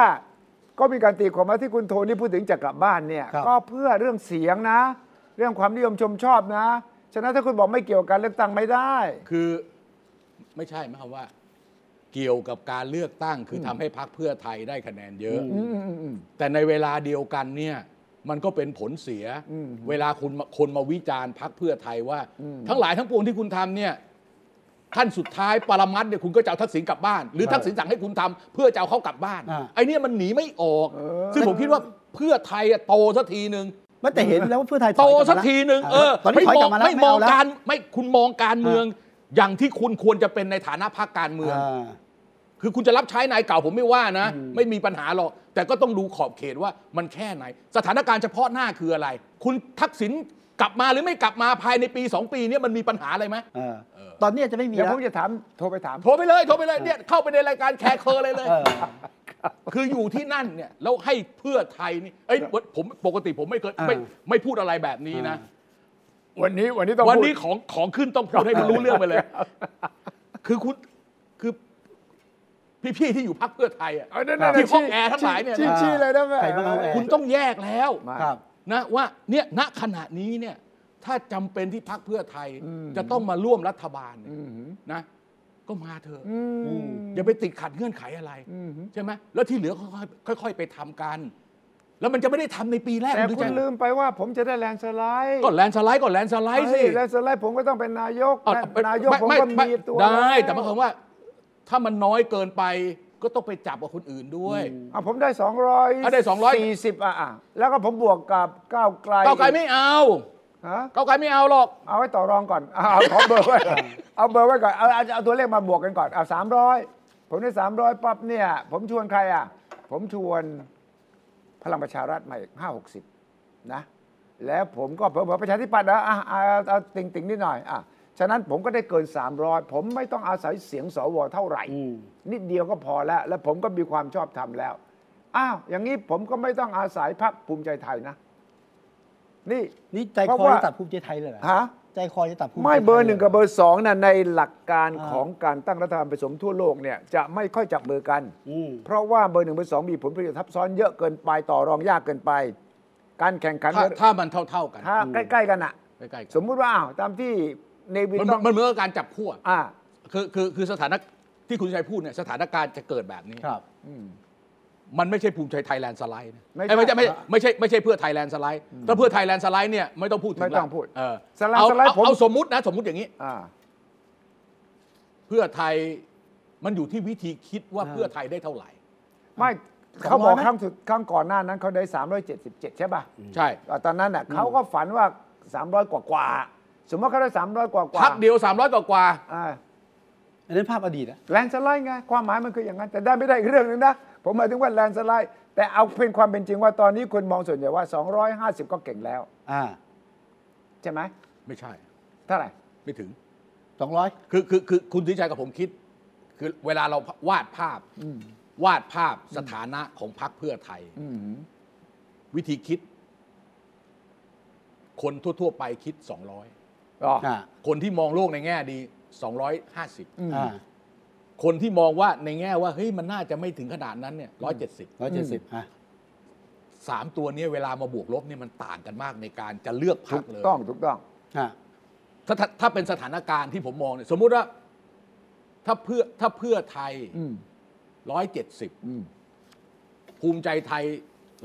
ก็มีการตีความว่าที่คุณโทนี่พูดถึงจะกลับบ้านเนี่ย
ครับ
ก็เพื่อเรื่องเสียงนะ เรื่องความนิยมชมชอบนะ ฉะนั้นถ้าคุณบอกไม่เกี่ยวกับการเลือกตั้งไม่ได้
คือไม่ใช่หมายความว่า เกี่ยวกับการเลือกตั้ง คือทำให้พักเพื่อไทยได้คะแนนเยอะ
อืมอืมอืม
แต่ในเวลาเดียวกันเนี่ยมันก็เป็นผลเสีย
อืม
เวลาคุณมาคนมาวิจารณ์พักเพื่อไทยว่า
อืม
ทั้งหลายทั้งปวงที่คุณทำเนี่ย ขั้นสุดท้ายปรมัตถ์เนี่ยคุณก็จะเอาทักษิณกลับบ้าน หรือทักษิณสั่งให้คุณทำเพื่อจะเอาเขากลับบ้าน
อ่า
ไอ้เนี่ยมันหนีไม่ออก ซึ่งผมคิดว่าเพื่อไทยอะโตสักทีหนึ่ง
มันแต่เห็นแล้วว่าเพื่อไทยถ
โต
อยกลับมา
สัก
แล้ว
ทีหนึ่งเออ
ตอนนี้
ไม่
ถอย
ม
ก
อ
ลั
ง
บมาแล้ว
ไม่มอง
เาแล้ว
การไม่คุณมองการเมือง อย่างที่คุณควรจะเป็นในฐานะพรรคการเมือง
อ่า
คือคุณจะรับใช้นายเก่าผมไม่ว่านะ ไม่มีปัญหาหรอก แต่ก็ต้องดูขอบเขตว่ามันแค่ไหน สถานการณ์เฉพาะหน้าคืออะไร คุณทักษิณกลับมาหรือไม่กลับมาภายในปี 2 ปีเนี้มันมีปัญหาอะไรไหม
เออตอนนี้อาจจะไม่มี
เดี๋ยว
แล้
ผ
ว
มจะถามโทรไปถาม
โทรไปเลยโทรไปเลยเนี่ยเข้าไปในรายการแคร์เคอร์เลยเลย
เออ
คืออยู่ที่นั่นเนี่ยแล้วให้เพื่อไทยนี่เอ้ยผมปกติผมไม่เคยไม่
อ่า
ไม่พูดอะไรแบบนี้นะ
วันนี้วันนี้ต้อง
วัน
พูด
นี้ของของขึ้นต้องพูดให้มันรู้เรื่องไปเลย คือคุณคือพี่ ๆ ที่อยู่พักเพื่อไทยอ่ะ
เอานั่นน่ะ
ที่ห้อง
ชี้
แอร์ทั้งหลายเนี่ยนะ
ชี้ชี้เลยนะแม่
ใครบ้างเอาแอร์
คุณต้องแยกแล้ว
มา
ครับ
นะว่าเนี่ยณขณะนี้เนี่ย ถ้าจำเป็นที่พักเพื่อไทย จะต้องมาร่วมรัฐบาลเนี่ยนะ ก็มาเถอะอย่าไปติดขัดเงื่อนไขอะไรใช่ไหมแล้วที่เหลือค่อยๆค่อย ๆ ไปทำกัน แล้วมันจะไม่ได้ทำในปีแรก
แต่
ณดู
คุ
ใจ
ณลืมไปว่าผมจะได้แลนด์สไลด์
ก็แลนด์สไลด์ก็แลนด์สไล
ไอ้
ด์สิ
แลนด์สไลด์ผมก็ต้องเป็นนายก
เอา
และ
ไม่
นายกผม
ไไ
ก็มีตัว
ได้
ล้ว
แต่หมายความว่า ถ้ามันน้อยเกินไปก็ต้องไปจับกับคนอื่นด้วย
อ่ะผมได้ 200
อ่ะได้200
สี่สิบอ่ะอ่ะแล้วก็ผมบวกกับก้าวไกล
เก้าวไกลไม่เอา
ฮะ
เก้าวไกลไม่เอาหรอก
เอาไว้ต่อรองก่อน เอาเอาขอเบอร์ไว้ เอาเบอร์ไว้ก่อนเอาเอาเอาตัวเลขมาบวกกันก่อนเอาสามร้อยผมได้สามร้อยปั๊บเนี่ยผมชวนใครอ่ะผมชวนพลังประชารัฐมาอีกห้าหกสิบนะ แล้วผมก็เผื่อๆประชาธิปัตย์นะอ่ะอ่ะอ่ะเอาติ่งติ่งๆนิดหน่อยอ่ะฉะนั้นผมก็ได้เกิน 300 ผมไม่ต้องอาศัยเสียงสวเท่าไหร่
อืม
นิดเดียวก็พอแล้ว และผมก็มีความชอบธรรมแล้ว อ้าว อย่างนี้ผมก็ไม่ต้องอาศัยพรรคภูมิใจไทยนะ นี่
นี่ใจค
เพราะ
อ
ว่า
จะตัดภูมิใจไทยเลยเหรอ
ฮะ
ใจคอจะตัดภูมิใจ
ไม่
ทย
เบอร์หนึ่งกับเบอร์สองนะในหลักการ
า
ของการตั้งรัฐบาลผสมทั่วโลกเนี่ยจะไม่ค่อยจับมือกัน
อืม
เพราะว่าเบอร์หนึ่งเบอร์สองมีผลประโยชน์ทับซ้อนเยอะเกินไปต่อรองยากเกินไป การแข่งขัน
ถ้าถ้ามันเท่า ๆกัน
ถ้าใกล้ ๆ กันอะ
ใกล้ๆ
ส
กัน
มมุติว่าอ้าวตามที่เนวิน
มัน
ต้อง
มันเหมือนกับการจับขั้ว
อ่า
คือคือคือสถานะที่คุณชัยพูดเนี่ยสถานการณ์จะเกิดแบบนี้
ครับ
อืม
มันไม่ใช่ภูมิใจไทยแลนด์สไลด์นะ
ไม่ใช่
เอ้ยไม่ใช่ไม่ใช่ไม่ใช่ไม่ใช่เพื่อไทยแลนด์สไลด์ถ้าเพื่อไทยแลนด์สไลด์เนี่ยไม่ต้องพูดถึง
ไม่ต้อง
ละ
พูด
เออ
สไลด์
เอา
สไลด์
เอา
ผม
เอาสมมตินะสมมติอย่างนี้
อ่า
เพื่อไทยมันอยู่ที่วิธีคิดว่า
อ่า
เพื่อไทยได้เท่าไหร่
ไม่
สองร้อย
เขาบอก
ไหม
ครั้งสุดครั้งก่อนหน้านั้นเขาได้ 377 ใช่ป่ะ
ใช่
อ่าตอนนั้นน่ะเขาก็ฝันว่า 300 กว่ากว่าๆสมมติเขาได้ 300 กว่ากว่า
พักเดียว 300 กว่ากว่า
อ่า
อันนั้นภาพอดีตอะ
แลนด์สไลด์ไง ความหมายมันคืออย่างนั้น แต่ได้ไม่ได้อีกเรื่องหนึงนะ ผมหมายถึงว่าแลนด์สไลด์ แต่เอาเป็นความเป็นจริงว่าตอนนี้คนมองส่วนใหญ่ว่า 250 ก็เก่งแล้ว
อ่า
ใช่ไหม
ไม่ใช่
เท่าไหร่
ไม่ถึง
สองร้อย
คือคือคือคุณทิชัยกับผมคิด คือเวลาเราวาดภาพ วาดภาพสถานะของพรรคเพื่อไทย
อืม
วิธีคิด คนทั่ว ๆ ไปคิด
อ๋อ
อ่า
200 คนที่มองโลกในแง่ดี
อืม
อ่า
250 คนที่มองว่าในแง่ว่าเฮ้ยมันน่าจะไม่ถึงขนาดนั้นเนี่ย170
ร้อยเจ็ดสิบอ่ะ
สามตัวเนี้เวลามาบวกลบเนี่ยมันต่างกันมากในการจะเลือกพรร
ถู
ค
ก
เลย
ต้องถูกต้อง
อ่า
ถ้าถ้าถ้าเป็นสถานการณ์ที่ผมมองเนี่ยสมมุติว่า ถ้าเพื่อถ้าเพื่อไทย
อืม
ร้อยเจ็ดสิบ
อืม
ภูมิใจไทย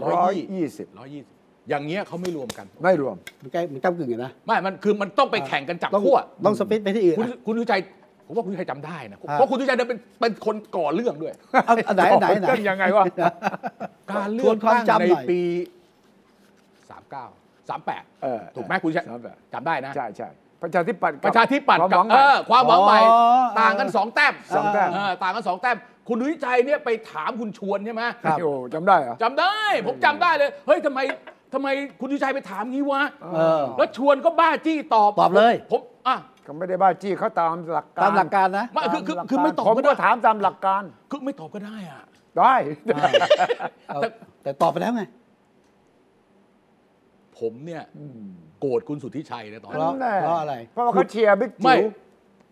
ร้อยยี่
120
ร้อยยี่สิบอย่างเงี้ยเขาไม่รวมกัน
ไม่รวม
มันใกล้มันก้ากึ่งอยู่นะ
ไม่มันคือมันต้องไปแข่งกันจับ
ต้อง
ขั้ว
ต้องสปิดไปที่อื่น
คุณ
อะ
คุณทุชัยผมว่าคุณทุชัยจำได้นะ
อ่า
เพราะคุณทุชัยเนี่ยเป็นเป็นคนก่อเรื่องด้วย
เอาอันไหนอันไหนอันไหน
เรื่องยังไงวะ
การเลื
ท
อ
ว
ก
นความ
ตั้ง
จำ
ใน
หน่อย
ปีสามเก้าสามแปด
เออ
ถูกไหมคุณทุชัย
สามแปด
จำได้นะ
ใช่ใช่ประชาธิปัตย์กับ
ประชาธิปัตย์
ความห
กับ
วังให
เอ
ม่
อความหวังใหม่
อ๋อ
ต่างกันสองแต้ม
สองแต้ม
เต่างกันสองแต้ม คุณวิชัยเนี่ยไปถามคุณชวนใช่ไหม
ครับ
โอ้จำได้เหรอ
จำได้ ผมจำได้เลย เฮ้ยทำไมทำไมคุณวิชัยไปถามงี้วะ
เออ
แล้วชวนก็บ้าจี้ตอบ
ตอบเลย
ผมอ่ะ
เขาไม่ได้บ้าจี้เขาตามหลักการ
ตามหลักการนะ
ไม่คือคือคือ
ตา
ไม่ตอบ
ผม
ก็
ก็
ได้
ถามตามหลักการ
คือไม่ตอบก็ได้อ่ะ
ได้
เอาแต่ตอบไปแล้วไง
ผมเนี่ยโกรธคุณสุทธิชัยนะตอน
เพ
นั้
ราะ
น
แน่
เพราะอะไร
เพราะว่าเขาเชียร์บิ๊ก
ไม่
จิ๋ว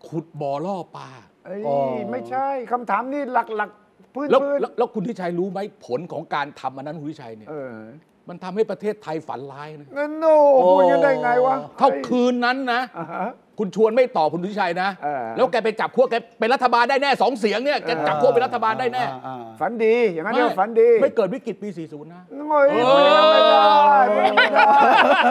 ขุดบ่อล่อปลา
เอ้ย
อ๋อ
ไม่ใช่คำถามนี่หลักหลักๆพื้น
แล้ว
พื้น
แล้วแล้วคุณทิชัยรู้ไหมผลของการทำอันนั้นคุณทิชัยเนี่ย
เออ
มันทำให้ประเทศไทยฝันร้ายนะ
เงินโน่พูดกันได้ไงวะ
เท่าคืนนั้นนะ
อ่าฮะ
คุณชวนไม่ตอบคุณทิชัยนะ
เออ
แล้วแกไปจับขั้วแกเป็นรัฐบาลได้แน่สองเสียงเนี่ยแกจับขั้วเป็นรัฐบาลได้แน่
อ่าอ่า
ฝันดีอย่างนั้นเรียกว่าฝันดี
ไม่เกิดวิกฤตปี 40 นะ
โอ้ยไม่ได้ไม่ได้ ไม่ได้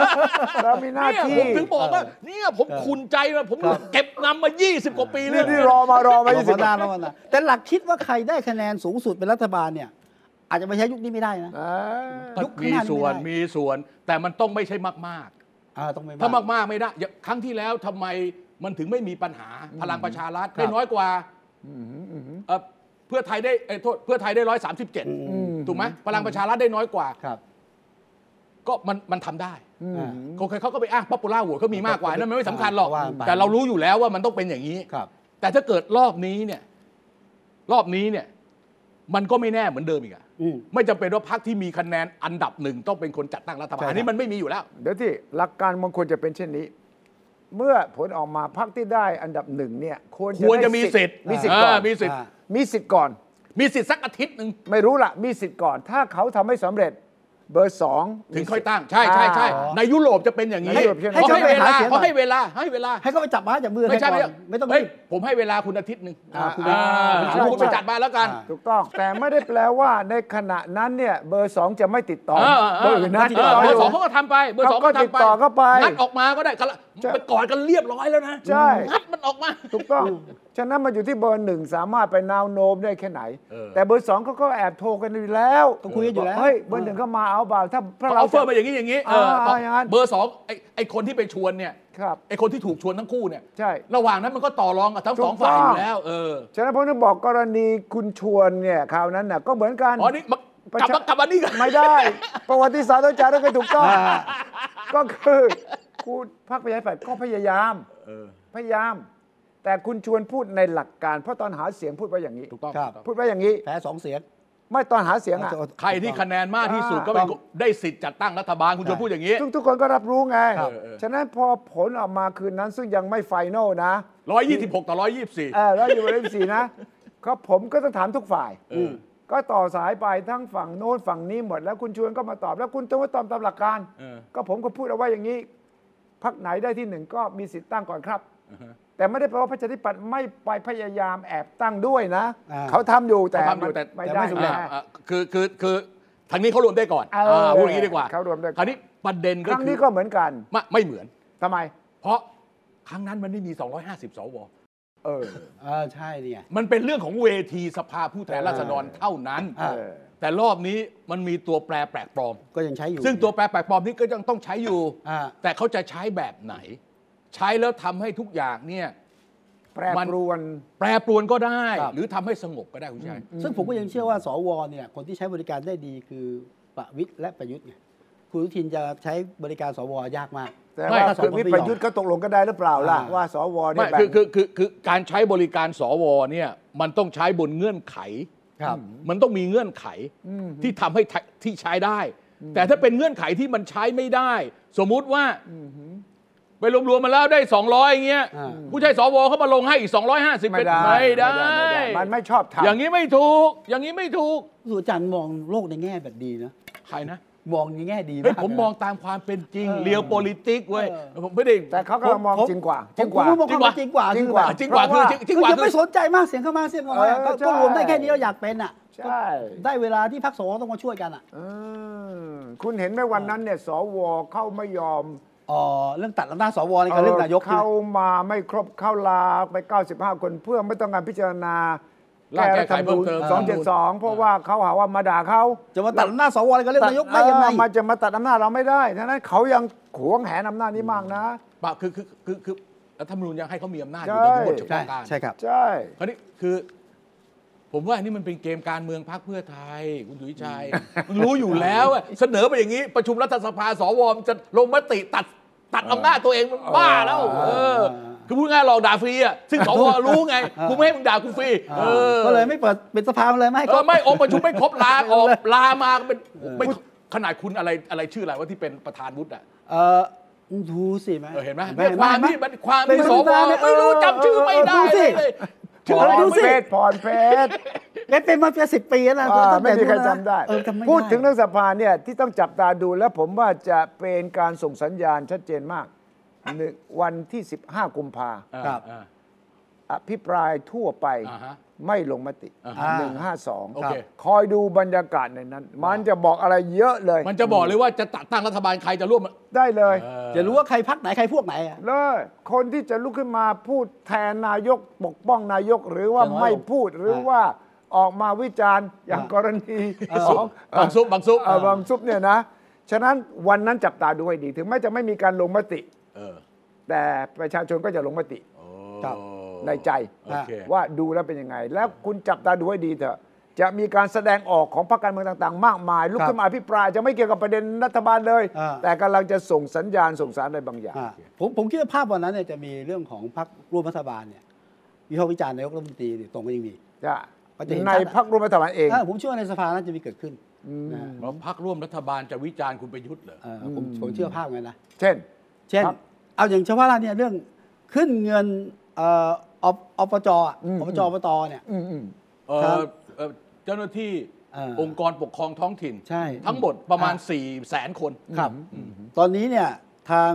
เรามีหน้า
เนี่ย
ที่
ผมถึงบอกว่าเนี่ยผมขุนใจมาผม
ครับ
เก็บนำมา 20 กว่าปีเรื่
นี่
อง
ที่
เนี่ย
รอมารอมา
ไม่
ยี่
ส
สิบ
นานแล้วนะแต่หลักคิดว่าใครได้คะแนนสูงสุดเป็นรัฐบาลเนี่ย อาจจะไปใช้ยุคนี้ไม่ได้นะ
อ่า
ก็
ยุคข้าง
มี
หน้านี่
ส่ว
ไม่
น
ได้
มีส่วน แต่มันต้องไม่ใช่มาก
อ่าต้องไม่
ๆ ถ้ามาก ๆ ไม่ได้อย่างครั้งที่แล้วทำไมมันถึงไม่มีปัญหาพลังประชารัฐได้น้อยกว่าเอ่อเพื่อไทยได้เอ้ยโทษเพื่อไทยได้ร้อยสามสิบเจ็ด
ม
ถูกไหมพลังประชารัฐได้น้อยกว่า
ครับ
ก็มันมันทำได้
อืม
อ่า
เขาเคยเขาก็ไปอ้างป๊อปปูล่าโหวตเขามีมากกว่านั่นมันไม่สำคัญหรอก
ว่าไป
แต่เรารู้อยู่แล้วว่ามันต้องเป็นอย่างนี้
ครับ
แต่ถ้าเกิดรอบนี้เนี่ย รอบนี้เนี่ย มันก็ไม่แน่เหมือนเดิมอีกอะ
อืม
ไม่จำเป็นว่าพรรคที่มีคะแนนอันดับหนึ่งต้องเป็นคนจัดตั้งรัฐบาล
ใช่ครับ
อันนี้มันไม่มีอยู่แล้ว
เดี๋ยวที่หลักการมันควรจะเป็นเช่นนี้ เมื่อผลออกมาพักที่ได้อันดับหนึ่งเนี่ย ควร
ควรจะ
ได้
มีสิทธิ์
มีสิทธิ์ก่อน
เออมีสิทธิ์
อ่า
มีสิทธิ์ก่อน
มีสิทธิ์สักอาทิตย์หนึ่ง
ไม่รู้ล่ะ มีสิทธิ์ก่อน ถ้าเขาทำไม่สำเร็จเบอร์สอง
ถึง
มีสิ
ค่
ท
อย
ธิ์
ตั้งใช่ใช่ใช่
อ๋อ
ในยุโรปจะเป็นอย่างนี้
ในยุโรปใช่ไหม
เขาให้เวลา
ให้เขาไปหาเสียงหน่อย
เขาให้เวลาให้เวลา
ให้เขาไปจับไม้จับมือ
ไม่ใช่
ให้ก่อน
ไม่ใช่
ไม่ต้อง
เฮ้ย
รีบ
ผมให้เวลาคุณอาทิตย์หนึ่ง
อ่าคุณ
อ่า
ใช่
คุณไป
ใช่
จัดมาแล้วกัน
ถูกต้อง แต่ไม่ได้แปลว่าในขณะนั้นเนี่ย เบอร์สองจะไม่ติดต่อ
เออเอ
เบอ
อเอ
ร์
อ
อื่นนะติด
เออ
ต่อ
เบอ
อยู่
ร์สองเขาก็ทำไปเบอร์สองก็
เขาก็ติด
ทำไป
ต่อเข้าไป
นัดออกมาก็ได้กันละ
ใช่
ไปกอดกันเรียบร้อยแล้วนะ
ใช่
นัดมันออกมา
ถูกต้อง ฉะนั้นมันอยู่ที่เบอร์หนึ่งสามารถไปนาวโน้มได้แค่ไหน
เออ
แต่เบอร์สองเขาก็แอบโทรกันอยู่แล้ว
ก็คุยกันอยู่แล้ว
เฮ้ยเบอร์หนึ่งก็มาเอาบ่าวถ้าถ้า
เขา
เรา
เอาเฟอร์
จะ
มาอย่างนี้อย่างนี้เออ
อ่าอย่างนั้น
เบอร์สองไอ้ไอ้คนที่ไปชวนเนี่ย
ครับ
ไอ้คนที่ถูกชวนทั้งคู่เนี่ย
ใช่
ระหว่างนั้นมันก็ต่อรองกับทั้ง
ถูก
สองฝ่ายอ
ต้
ยู่
อง
แล้ว เออ
ฉะนั้นผมถึงบอกกรณีคุณชวนเนี่ยคราวนั้นน่ะก็เหมือนกัน
อ๋อนี่มา
ประ
กลับ
ชา
มากลับมานี่กัน
ไม่ได้ ประวัติศาสตร์ต้องจารึกให้ถูกต้อง ก็คือคุณพรรคประชาธิปัตย์ก็พยายาม พยายาม แต่คุณชวนพูดในหลักการ เพราะตอนหาเสียงพูดไว้อย่างนี้
ถูกต้อง
ครับ
พูดไว้อย่างนี้
แพ้สองเสียง
ไม่ตอนหาเสียงอ่ะ
ใครที่คะแนนมากที่สุดก็เป็น
อ่า
ได้สิทธิ์จัดตั้งรัฐบาลคุณชวนพูดอย่างนี้
ซึ่งทุกคนก็รับรู้ไง
ครับเออเออ
ฉะนั้นพอผลออกมาคืนนั้นซึ่งยังไม่ไฟแนอลนะ
126 ต่อ 124
เออแล้วอยู่บนเอ็ม สีนะก็ผมก็ต้องถามทุกฝ่าย
เออ
ก็ต่อสายไปทั้งฝั่งโน้นฝั่งนี้หมด แล้วคุณชวนก็มาตอบแล้วคุณต้องมาตอบตามหลักการ
เออ
ก็ผมก็พูดเอาไว้อย่างนี้พักไหนได้ที่หนึ่งก็มีสิทธิ์ตั้งก่อนครับ แต่ไม่ได้แปลว่าประชาธิปัตย์ไม่ไปพยายามแอบตั้งด้วยนะ
อ่า
เขาทำอยู่แต่
เขาทำอยู่แต่
ไม่
แต่
ได้
ไม่สำเร็จ
นะ
อ่าคือคือคือทางนี้เขารวมได้ก่อน
เอออ่
าพูดอย่างนี้ดีกว่า
เขารวมได้ก่อน
คราวนี้ประเด็น
ค
ก็
รั้ง
คื
นี้
อ
ก็เหมือนกัน
ไม่ไม่เหมือน
ทำไม
เพราะครั้งนั้นมันไม่มี 250 สว
เออ
เออใช่เนี่ย
มันเป็นเรื่องของเวทีสภาผู้แทนราษฎรเท่านั้น
เออ
แต่รอบนี้มันมีตัวแปรแปลกปลอม
ก็ยังใช้อยู่
ซึ่งตัวแปรแปลกปลอมนี้ก็ยังต้องใช้อยู่
อ่า
แต่เขาจะใช้แบบไหน ใช้แล้วทำให้ทุกอย่างเนี่ย
แปร
มัน
ปรวน
แปรปรวนก็ได้
ครับ
หรือทำให้สงบก็ได้คุณชาย
ซึ่งผมก็ยังเชื่อว่าสวเนี่ยคนที่ใช้บริการได้ดีคือประวิตยและประยุทธ์ไงคุณอนุทินจะใช้บริการสวยากมาก
แต่
ไม่
ว่า
ถ้าสอง
คือ
คน
วิ
ไม่
ป
ยอม
ยุทธ์ก็ตกลงกันได้หรือเปล่าล่ะ
อ่า
ว่าสวเนี่
ไม่
ยแบ่ง
คือคือคือคือการใช้บริการสวเนี่ยมันต้องใช้บนเงื่อนไข
ครับ
มันต้องมีเงื่อนไขที่ทำให้ทะที่ใช้ได้ แต่ถ้าเป็นเงื่อนไขที่มันใช้ไม่ได้ สมมุติว่าไปรวมๆมาแล้วได้ 200อย่างเงี้ย
อ่า
ผู้ใช้สวเขามาลงให้อีก 250เป็นไม่ได้
มันไม่ชอบทำ
อย่างนี้ไม่ถูก อย่างนี้ไม่ถูก
ส่วนอาจารย์มองโลกในแง่แบบดีนะ
ใครนะ
มองในแง่ดีาก
เฮ้ยผม
นะ
มองตามความเป็นจริงเรียว politics เว้ย
เออ
ผมไม่ได้
แต่เขากำลังมอง
ผม
จริงกว่า
ผ
จริ
ม
งกว่า
ผมมองความจริงกว่า
จริง
คือก
ว่า
แบบ
จริงกว่า
เพ
คือ
ราะว่า
จริงจริง
คือก
ว่า
อย่า
คื
ไป
อ
สนใจมากเสียงเข้ามาเสียงเข้ามา
เออ
ก็
ใช่
ก็รวมได้แค่นี้เราอยากเป็นอ่ะ
ใช่
ก็ได้เวลาที่พรรคสวต้องมาช่วยกันอ่ะ
เออคุณเห็นไหมวันนั้นเนี่ยสวเข้าไม่ยอม
อ๋อเรื่องตัดอำนาจสวในการเลือกนายก
เข้ามาไม่ครบเข้าลาไป 95 คนเพื่อไม่ต้องการพิจารณา
ร่างแก้ไข
รัฐธรรมนูญ
เพิ่มเติม
272 เพราะว่าเขาหาว่ามาด่าเขา
จะมาตัดอำนาจสวในการเลือกนายกได้ยังไง
เออมันจะมาตัดอำนาจเราไม่ได้ฉะนั้นเขายังหวงแหนอำนาจนี้มากนะ
ปะคือคือคือคือรัฐธรรมนูญยังให้เขามีอำนาจอยู่โดยที่กฎเฉ
ใช่
พาะการ
ใช่ครับ
ใช่
คราวนี้คือ ผมว่าอันนี่มันเป็นเกมการเมืองพรรคเพื่อไทย คุณสุวิชัยมันรู้อยู่แล้วอะเสนอไปอย่างนี้ ประชุมรัฐสภาสวมนจะลงมติตัดตัดอำนาจตัวเองมันบ้าแล้ว เออ คือพูดง่ายๆหลอกด่าฟรีอ่ะซึ่งสวรู้ไงกูไม่ให้มึงด่ากูฟรีเออ
ก็เลยไม่เปิดเป็นสภามาเลยไม่ให้
เอ
ก็
อไม่องค์ประชุมไม่ครบลาออก ลามาเป็น
เออ
ไม่ขนาดคุณอะไรอะไรชื่ออะไรว่าที่เป็นประธานวุฒิอ่ะ
เออดูสิไหม
เออเห็นไหม
ห็น
เนี่ยความที่
ไห
มันความ
เป็น
ที่สว
ประธานเนี่ย
ไม่รู้จำชื่อไม่ได้
เออดูสิ
เลย
เออดูสิ
พรเพชรพรเพชร
และเป็นมาเป็นสิบปีแล้วนะ
อ่า
ตั้ง
ไม่
แต่
มีใคร
นู้นนะ
จำได้
เออจำไม่
พูดถึง
ไ
เรื่องสภาเนี่ยที่ต้องจับตาดูและผมว่าจะเป็นการส่งสัญญาณชัดเจนมากหนึ่งวันที่ 15 กุมภา
เออ
ครับ
เออ
อภิปรายทั่วไป
อ่าฮะ
ไม่ลงมติ
อ่าฮะโอเค
152 คอยดูบรรยากาศในนั้น มันจะบอกอะไรเยอะเลย
มันจะบอกเลยว่าจะตั้งรัฐบาลใครจะร่วม
ได้เลย
เออ
จะรู้ว่าใครพักไหนใครพวกไหนอะ
เลยคนที่จะลุกขึ้นมาพูดแทนนายกปกป้องนายกหรือว่า
อย่างน้อย
ไม่พูดหรือว่าออกมาวิจารณ์อย่าง
อ่ะ
กรณี
เออ
ของ
บางซุปบางซุป
เออบางซุปเนี่ยนะ ฉะนั้นวันนั้นจับตาดูให้ดี ถึงแม้จะไม่มีการลงมติ
เออ
แต่ประชาชนก็จะลงมติ
โอ้
ครับ
ในใจ
โอเค
ว่าดูแล้วเป็นยังไง แล้วคุณจับตาดูให้ดีเถอะ จะมีการแสดงออกของพรรคการเมืองต่าง ๆ มากมาย ลุกขึ้นมาอภิปรายจะไม่เกี่ยวกับประเด็นรัฐบาลเลย
อ่า
แต่กำลังจะส่งสัญญาณส่งสารอะไรบางอย่าง
อ่าผมผมคิดว่าภาพวันนั้นเนี่ยจะมีเรื่องของพรรคร่วมรัฐบาลเนี่ยวิพากษ์วิจารณ์นายกรัฐมนตรีเนี่ยตรงก็ยังมี
จะ
ก็จะเห็น
ใน
ชัดอะ
พักร่วมรัฐบาลเอง
อ่าผมเชื่อว่าในสภาน่าจะมีเกิดขึ้นนะฮะ
แล้วพักร่วมรัฐบาลจะวิจารณ์คุณประยุทธ์เหรอ
เอ่อผมผมเชื่อภาพไงนะ
เช่น
เช่น
ครับ
เอาอย่างชาวบ้านเนี่ยเรื่องขึ้นเงินเอ่ออปอปจอะ
อืม
อปจอปตเนี่ย
อืมอืม
เอ่อ
ครับ
เอ่อเจ้าหน้าที่
เอ่อ
องค์กรปกครองท้องถิ่น
ใช่
ทั้งหมดประมาณ
อ่ะ
4ี่แสนคน
ครับตอนนี้เนี่ยทาง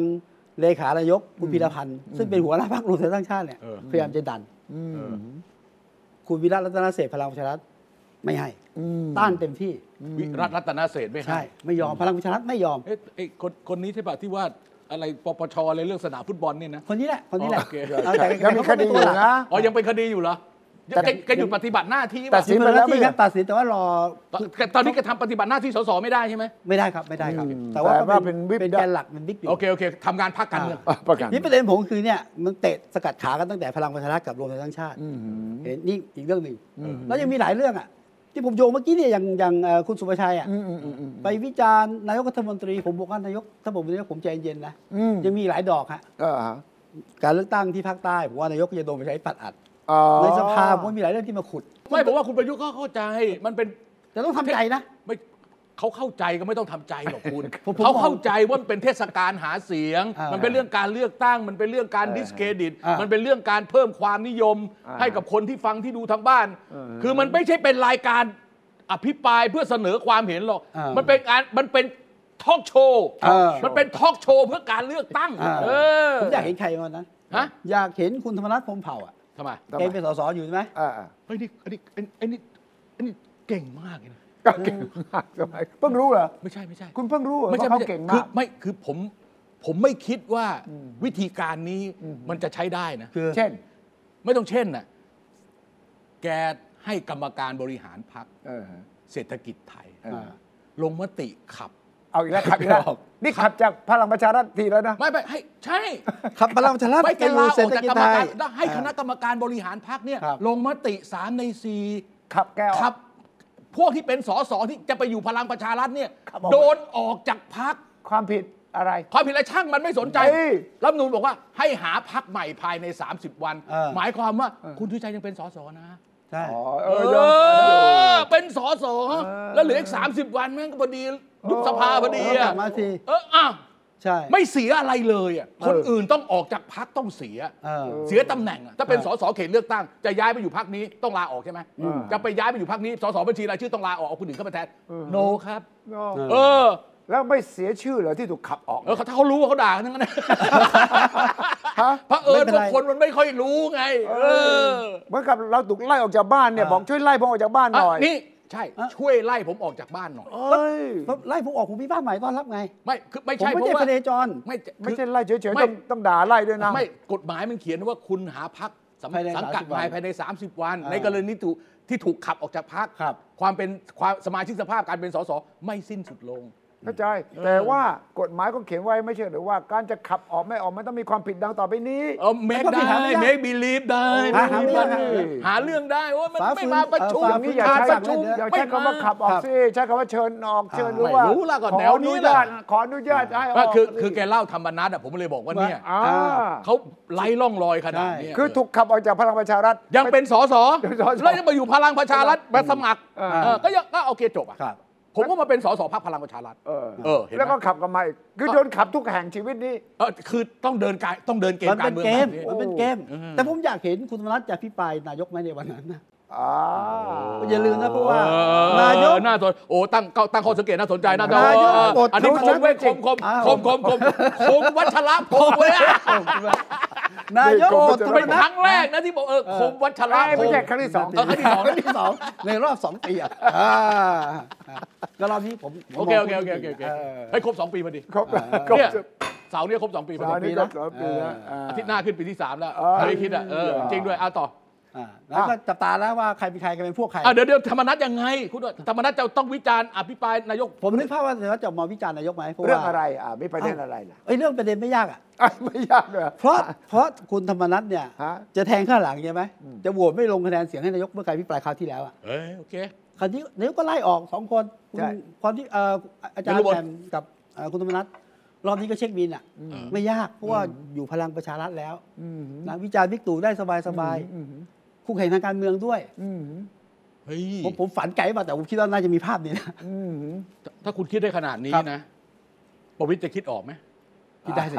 เลขานายกคุณพีรพันธ์ซึ่งเป็นหัวหน้าพรรครวมไทยสร้างชาติเนี่ย
เออ
พยายามจะดัน
อืม
เออ
คุณวิรัตรัตนเสถียรพลังประชารัฐไม่ให้
ม
ต้านเต็มที่
วิรัตรัตนเศรษฐ์ไม่
ใช่
ให้
ไม่ยอมพลังประชารัฐไม่ยอม
เอ๊ะไอ้คนคนนี้ใช่ป่ะที่ว่าอะไรปปชอะไรเรื่องสนามฟุตบอลเนี่ยนะ
คนนี้แหละคนนี้แหละ
โอเค
เอาแต่
ยังมีคดีอยู่นะ
อ๋อยังเป็นคดีอยู่เหรอ
แต่
แกแกหยุดปฏิบัติหน้าที่
ตั
ป่ะ
ดสิ
สิ
น
น
ไป
ไป
แล้
แล้ว ว
ไม่
ที่
ใช่
ครับตัดสินแต่ว่ารอ
ตอนแกตอนนี้แกทำปฏิบัติหน้าที่สสไม่ได้ใช่ไหม
ไม่ได้ครับไม่ได้ครับ
อืม
แต่ว่า
แต่ว่า
ก็
เป็นวิป
เป็น
ได้
แกนหลักเป็นบิ๊กบิ๊ก
โอเคโอเคทำงานพักการเมือง
อ่ะประกัน
นี่ประเด็นผมคือเนี่ยมันเตะสกัดขากันตั้งแต่พลังประชารัฐกับรวมไทยสร้างชาติ
อืม
เห็นนี่อีกเรื่องหนึ่ง
อืม
แล้วยังมีหลายเรื่องอ่ะ ที่ผมโยงเมื่อกี้เนี่ยอย่างอย่างเอ่อคุณสุประชัยอ่ะ
อืมอืมอืมอืม
ไปวิจารณ์นายกรัฐมนตรีผมบอกว่านายกถ้าผมเป็นนายกผมใจเย็นนะ
อืม
ยังมีหลายดอกฮะ
เออฮะ
การเลือกตั้งที่ภาคใต้ผมว่านายกก็จะโดนไปใช้ปัดอัด
อ๋อ
ในสภาผมว่ามีหลายเรื่องที่มาขุด
ไม่บอกว่าคุณประยุทธ์ก็เข้าใจมันเป็น
แต่ต้องทำใจนะ
ไม่เขาเข้าใจก็ไม่ต้องทำใจหรอกคุณ
ผมผม
เขาเข้าใจว่ามันเป็นเทศกาลหาเสียง
อ่ามั
มันเป็นเรื่องการเลือกตั้ง มันเป็นเรื่องการดิสเครดิต
อ่ามั
มันเป็นเรื่องการเพิ่มความนิยม ให้กับคนที่ฟังที่ดูทางบ้าน คือมันไม่ใช่เป็นรายการอภิปรายเพื่อเสนอความเห็นหรอก
อ่ามั
มันเป็นการมันเป็นทอล์กโชว์
อ่ามั
มันเป็นทอล์กโชว์เพื่อการเลือกตั้ง
อ่า
เออ
ผมอยากเห็นใครวันนั้น
ฮะ
อยากเห็นคุณธรรมนัฐพรหมเผ่าอ่ะ
ทำไม
ทำ
แก
ไม
เป็นสสอยู่ใช่ไหม
อ่าอ่า
เฮ้ยนี่อันนี้อันนี้อันนี้เก่งมากเลยนะ
ก็เก่งมากทำไมเพิ่งรู้เหรอ
ไม่ใช่ไม่ใช่
คุณเพิ่งรู้เหรอ
ไม่
ว่า
ใช่
เขา
ไม่ใช่
เก่ง
คือ
มา
ก ไม่คือผมผมไม่คิดว่าวิธีการนี้มันจะใช้ได้นะ
คือ
เช่น
ไม่ต้องเช่นนะแกให้กรรมการบริหารพัก
เออฮะ
เศรษฐกิจไทย
เออ
ลงมติขับ
เอาอีกแล้วขับอีกแล้ว
ครับ
นี่ขับจากพลังประชารัฐทีแล้วนะ
ไม่ไปให้ใช่
ครับพลังประชารัฐ
ไม่แกลาอ
เศร
อ
ษฐ
กจาก
กิจ
กรร
ไทย
มการแล้วให้คณะกรรมการบริหารพักเนี่ย
ครับ
ลงมติสามในสี่
ขับแกออก
ขับ พวกที่เป็นสสที่จะไปอยู่พลังประชารัฐเนี่ย
ขับออก
โดนออกจากพัก
ความผิดอะไร
ความผิดอะไรช่างมันไม่สนใจ
เฮ้ย
รัฐธรรมนูนบอกว่าให้หาพักใหม่ภายใน 30 วัน
เออ
หมายความว่าคุณทุชัยยังเป็นสสนะ
ใช่
อ๋อเอ
เอ
อยัง
อ เป็นสสแล้วเหลืออีก 30 วันแม่งก็พอดี ยุบสภาพอดี
กลั
อะ
บมาสิ
เอออ่ะ
ใช่
ไม่เสียอะไรเลยอะคนอื่นต้องออกจากพักต้องเสีย
เออ
เสียตำแหน่งอะถ้าเป็นสสเขตเลือกตั้ง จะย้ายไปอยู่พักนี้ต้องลาออกใช่ไหมจะไปย้ายไปอยู่พักนี้สสบัญชีรายชื่อต้องลาออกเอาคนอื่นเข้ามาแทนโนครับ
อ๋อ
เออ
แล้วไม่เสียชื่อเหรอที่ถูกขับออก
เออเขาถ้าเขารู้ว่าเขาด่ากันทั้งนั้นนะ
ฮะ
พระเอิ
ไม่
ญ
เป็น
พว
ไร
กคนมันไม่ค่อยรู้ไง เออ
เหมือนกับเราถูกไล่ออกจากบ้านเนี่ย บอกช่วยไล่ผมออกจากบ้านห
อ่ะ
น่อย
นี่ใช่ ช่วยไล่ผมออกจากบ้านหน่อย
เอ้ย
ผมไล่ผมออกผมมีบ้านใหม่ต้อนรับไง
ไม่คือไม่
ผม
ใช่เพ
ไม่
ราะ
ใช่
ว่า
พเนจร
ไม่
ไม่
คื
ใช่
อ
ไล่เฉยๆ
ไม่
ต้องต้องด่าไล่ด้วยนะ
ไม่กฎหมายมันเขียนว่าคุณหาพักสัง
ภายใน
สังกัด
30
ใหม่
วัน
ภายใน 30 วัน
อ่า
ในกรณีที่ถูกที่ถูกขับออกจากพัก
ครับ
ความเป็นความสมาชิกสภาพการเป็นสสไม่สิ้นสุดลง
เข้าใจ แต่ว่ากฎหมายก็เขียนไว้ไม่ใช่หรือว่าการจะขับออกไม่ออกมันต้องมีความผิดดังต่อไปนี้
เออเมค
แล้วก็ไปหา
ได้
ไม่ได้
เมคบิลีฟได้
หาหา
ไม่
เรื่อง
ได้
หาเรื่อง
หาเรื่องได้ว่ามัน
ฝ่า
ไม่
ฝืน
มาประชุม
เออฝ่าฝืน
อันนี้อย่า
ขาด
ใช้
ประชุม
อย่าใช้คำว่าขับออกสิใช้คำว่าเชิญออกเชิญหรือ
ไม่
ว่า
รู้ละก็
ขอ
แนว
อนุ
นี้แหละ
ญาตขออนุญาตให้อ
ก็
อก
คือคือแกเล่าธรรมนัตอ่ะผมเลยบอกว่าเนี่ย
อ่า
เขาไล่ล่องรอยขนาดเนี้ย
คือถูกขับออกจากพลังประชารัฐ
ยังเป็นสส
เป็นสส
แล้วยังมาอยู่พลังประชารัฐมาสมัคร
เออ
เออก็ยังก็โอเคจบอ่ะ
ครับ
ผมก็มาเป็นสสพักพลังประชารัฐ
เออ
เออเห็นไหม
แล้วก็ขับกลับมาอีกคือโดนขับทุกแห่งชีวิตนี้
เออคือต้องเดินการต้องเดินเกม
มัน
กา
เป็
ร
น
เมือง
เก
แบ
ม
บนี้
มันเป็นเกม
โอ้
แต่ผมอยากเห็นคุณธรรมนัฐจะพิปรายนายกไหมในวันนั้นนะ
อ่า
อย่าลืมนะเพราะว่า
เออน
ายก
น่าสนโอ้ตั้งเข้าตั้งข้อสังเกตน่าสนใจน่าจะ
นายก
เออ
อดทน
อันนี้คมเว้ยคมคม
อ้าว
คมคมคมคมวัชระพงษ์เว้ย
นายก
โอ้โห
อดท
เป็น น
นะ
ครั้งแรกนะที่บอกเออคมวัชระ
เอ้ย
พ
ไม่
งษ์
ใช่ครั้งที่สอง
เออครั้งที่สอ
ค
ง
รั้งที่สองในรอบสองปีอ่ะอ่าแล้วรอบนี้ผมผม
โอเค
ม
โอง เคโอเคโอเคโอเค
ออ
ให้ครบสองปีพอดี
ครบแล้วครบ
เนี่ย
สิบ
เสาร์เนี่ยครบสองปีพอ
สาม
ดี
นี่ครบสองปีแล้ว
อาทิตย์หน้าขึ้นปีที่สามแล้ว
เออ
ไม่ได้คิดอ่ะเออจริงด้วยเอาต่อ
อ่าแล้วก็จับตาแล้วว่าใครเป็นใครกันเป็นพวกใคร
อ่ะเดี๋ยวเดี๋ยวธรรมนัตยังไงคุณว่าธรรมนัตจะต้องวิจารณ์อภิปรายนายก
ผมนึกภาพว่าเดี๋ยวจะมาวิจารณ์นายกไหมเพราะว่า
เรื่องอะไรอ่ามีประเด็นอะไรล่ะ
เอ้ยเรื่องประเด็นไม่ยากอ่ะ
อ่ะไม่ยากเลย
เพราะเพราะคุณธรรมนัฐเนี่ย
ฮะ
จะแทงข้างหลังใช่ไหมจะโหวตไม่ลงคะแนนเสียงให้นายกเมื่อการพิปรายคราวที่แล้วอ่ะ
เอ้ยโอเค
คราวนี้นายกก็ไล่ออกสองคนคุณ
ใช่
คนที่เอ่ออาจาร
ไม่รู้
ย์
ว่า
แหม่มกับเอ่อคุณธรรมนัฐรอบนี้ก็เช็คบินอ่ะไม่ยากเพราะว่าอยู่พลังประชารัฐแล้ว
อืมหืม
นะวิจารณ์บิ๊กตู่ได้สบายสบาย
อืมหืม
ๆคู่แข่งทางการเมืองด้วย
อืมหืม
เฮ้ย
ผมผมฝันไกลมาแต่ผมคิดว่าน่าจะมีภาพนี้นะ
อืมหืม
ถ้าคุณคิดได้ขนาดนี้นะประวิตรจะคิดออกไหม
คิดได้สิ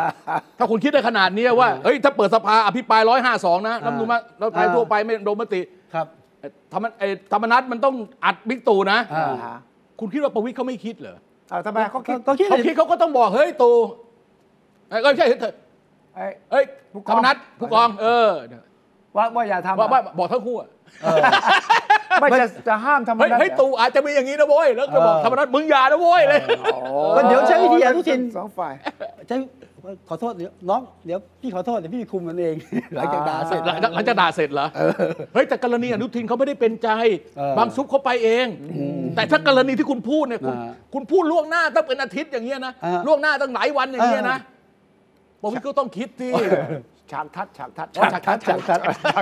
ถ้าคุณคิดได้ขนาดนี้ว่า เฮ้ย ถ้าเปิดสภาอภิปรายร้อยห้าสองนะ
อ่า
รัฐธรรมนูญมาแล้วไทย
อ่า
ทั่วไปไม่โดนมติ
ครับ
เอ่อธรรมนเอ่อธรรมนัตมันต้องอัดบิ๊กตู่นะ
อ่า
คุณคิดว่าประวิตรเขาไม่คิดเหรอ
เอาทำไมเขาคิด
ก็คิด
เขาคิดเขาก็ต้องบอก เฮ้ยตู่เอ้ยเอ้ยไม่ใช่เธอ
ไอ้
เอ้ย
ผู้กอง
ธรรมนัตผู้กอง เออ
ว่าว่าอย่าทำ
ว่า
อ่ะ
ว่าบอกทั้งคู่อะ
ไม่จะจะห้ามทำ
เฮ้ย
นั้น
เฮ้ยตู่อาจจะมีอย่างนี้นะโว้ยแล้วจะบอก
เออ
ธรรมนัตมึงอย่านะโว้ยเลย
อ๋อ
ก็เดี๋ยวใช้วิธีอนุทิน
สองฝ่าย
ใช่ขอโทษเดี๋ยวน้องเดี๋ยวพี่ขอโทษเดี๋ยวพี่คุมมันเอง หลังจากด่าเสร็จ
หลังจากหลังจากด่าเสร็จเหรอ เฮ้ยแต่กรณีอนุทินเขาไม่ได้เป็นใจ
เออบ
างซุปเขาไปเอง แต่ถ้ากรณีที่คุณพูดเนี่ยคุณ
อ่า
คุณพูดล่วงหน้าตั้งเป็นอาทิตย์อย่างเงี้ยนะ
อ่า
ล่วงหน้าตั้งหลายวันอย่างเงี้ยนะ
เอ
ประวิตรก็ต้องคิดที่
ฉากทัดฉากทัด
ฉากทัดฉากทัดอ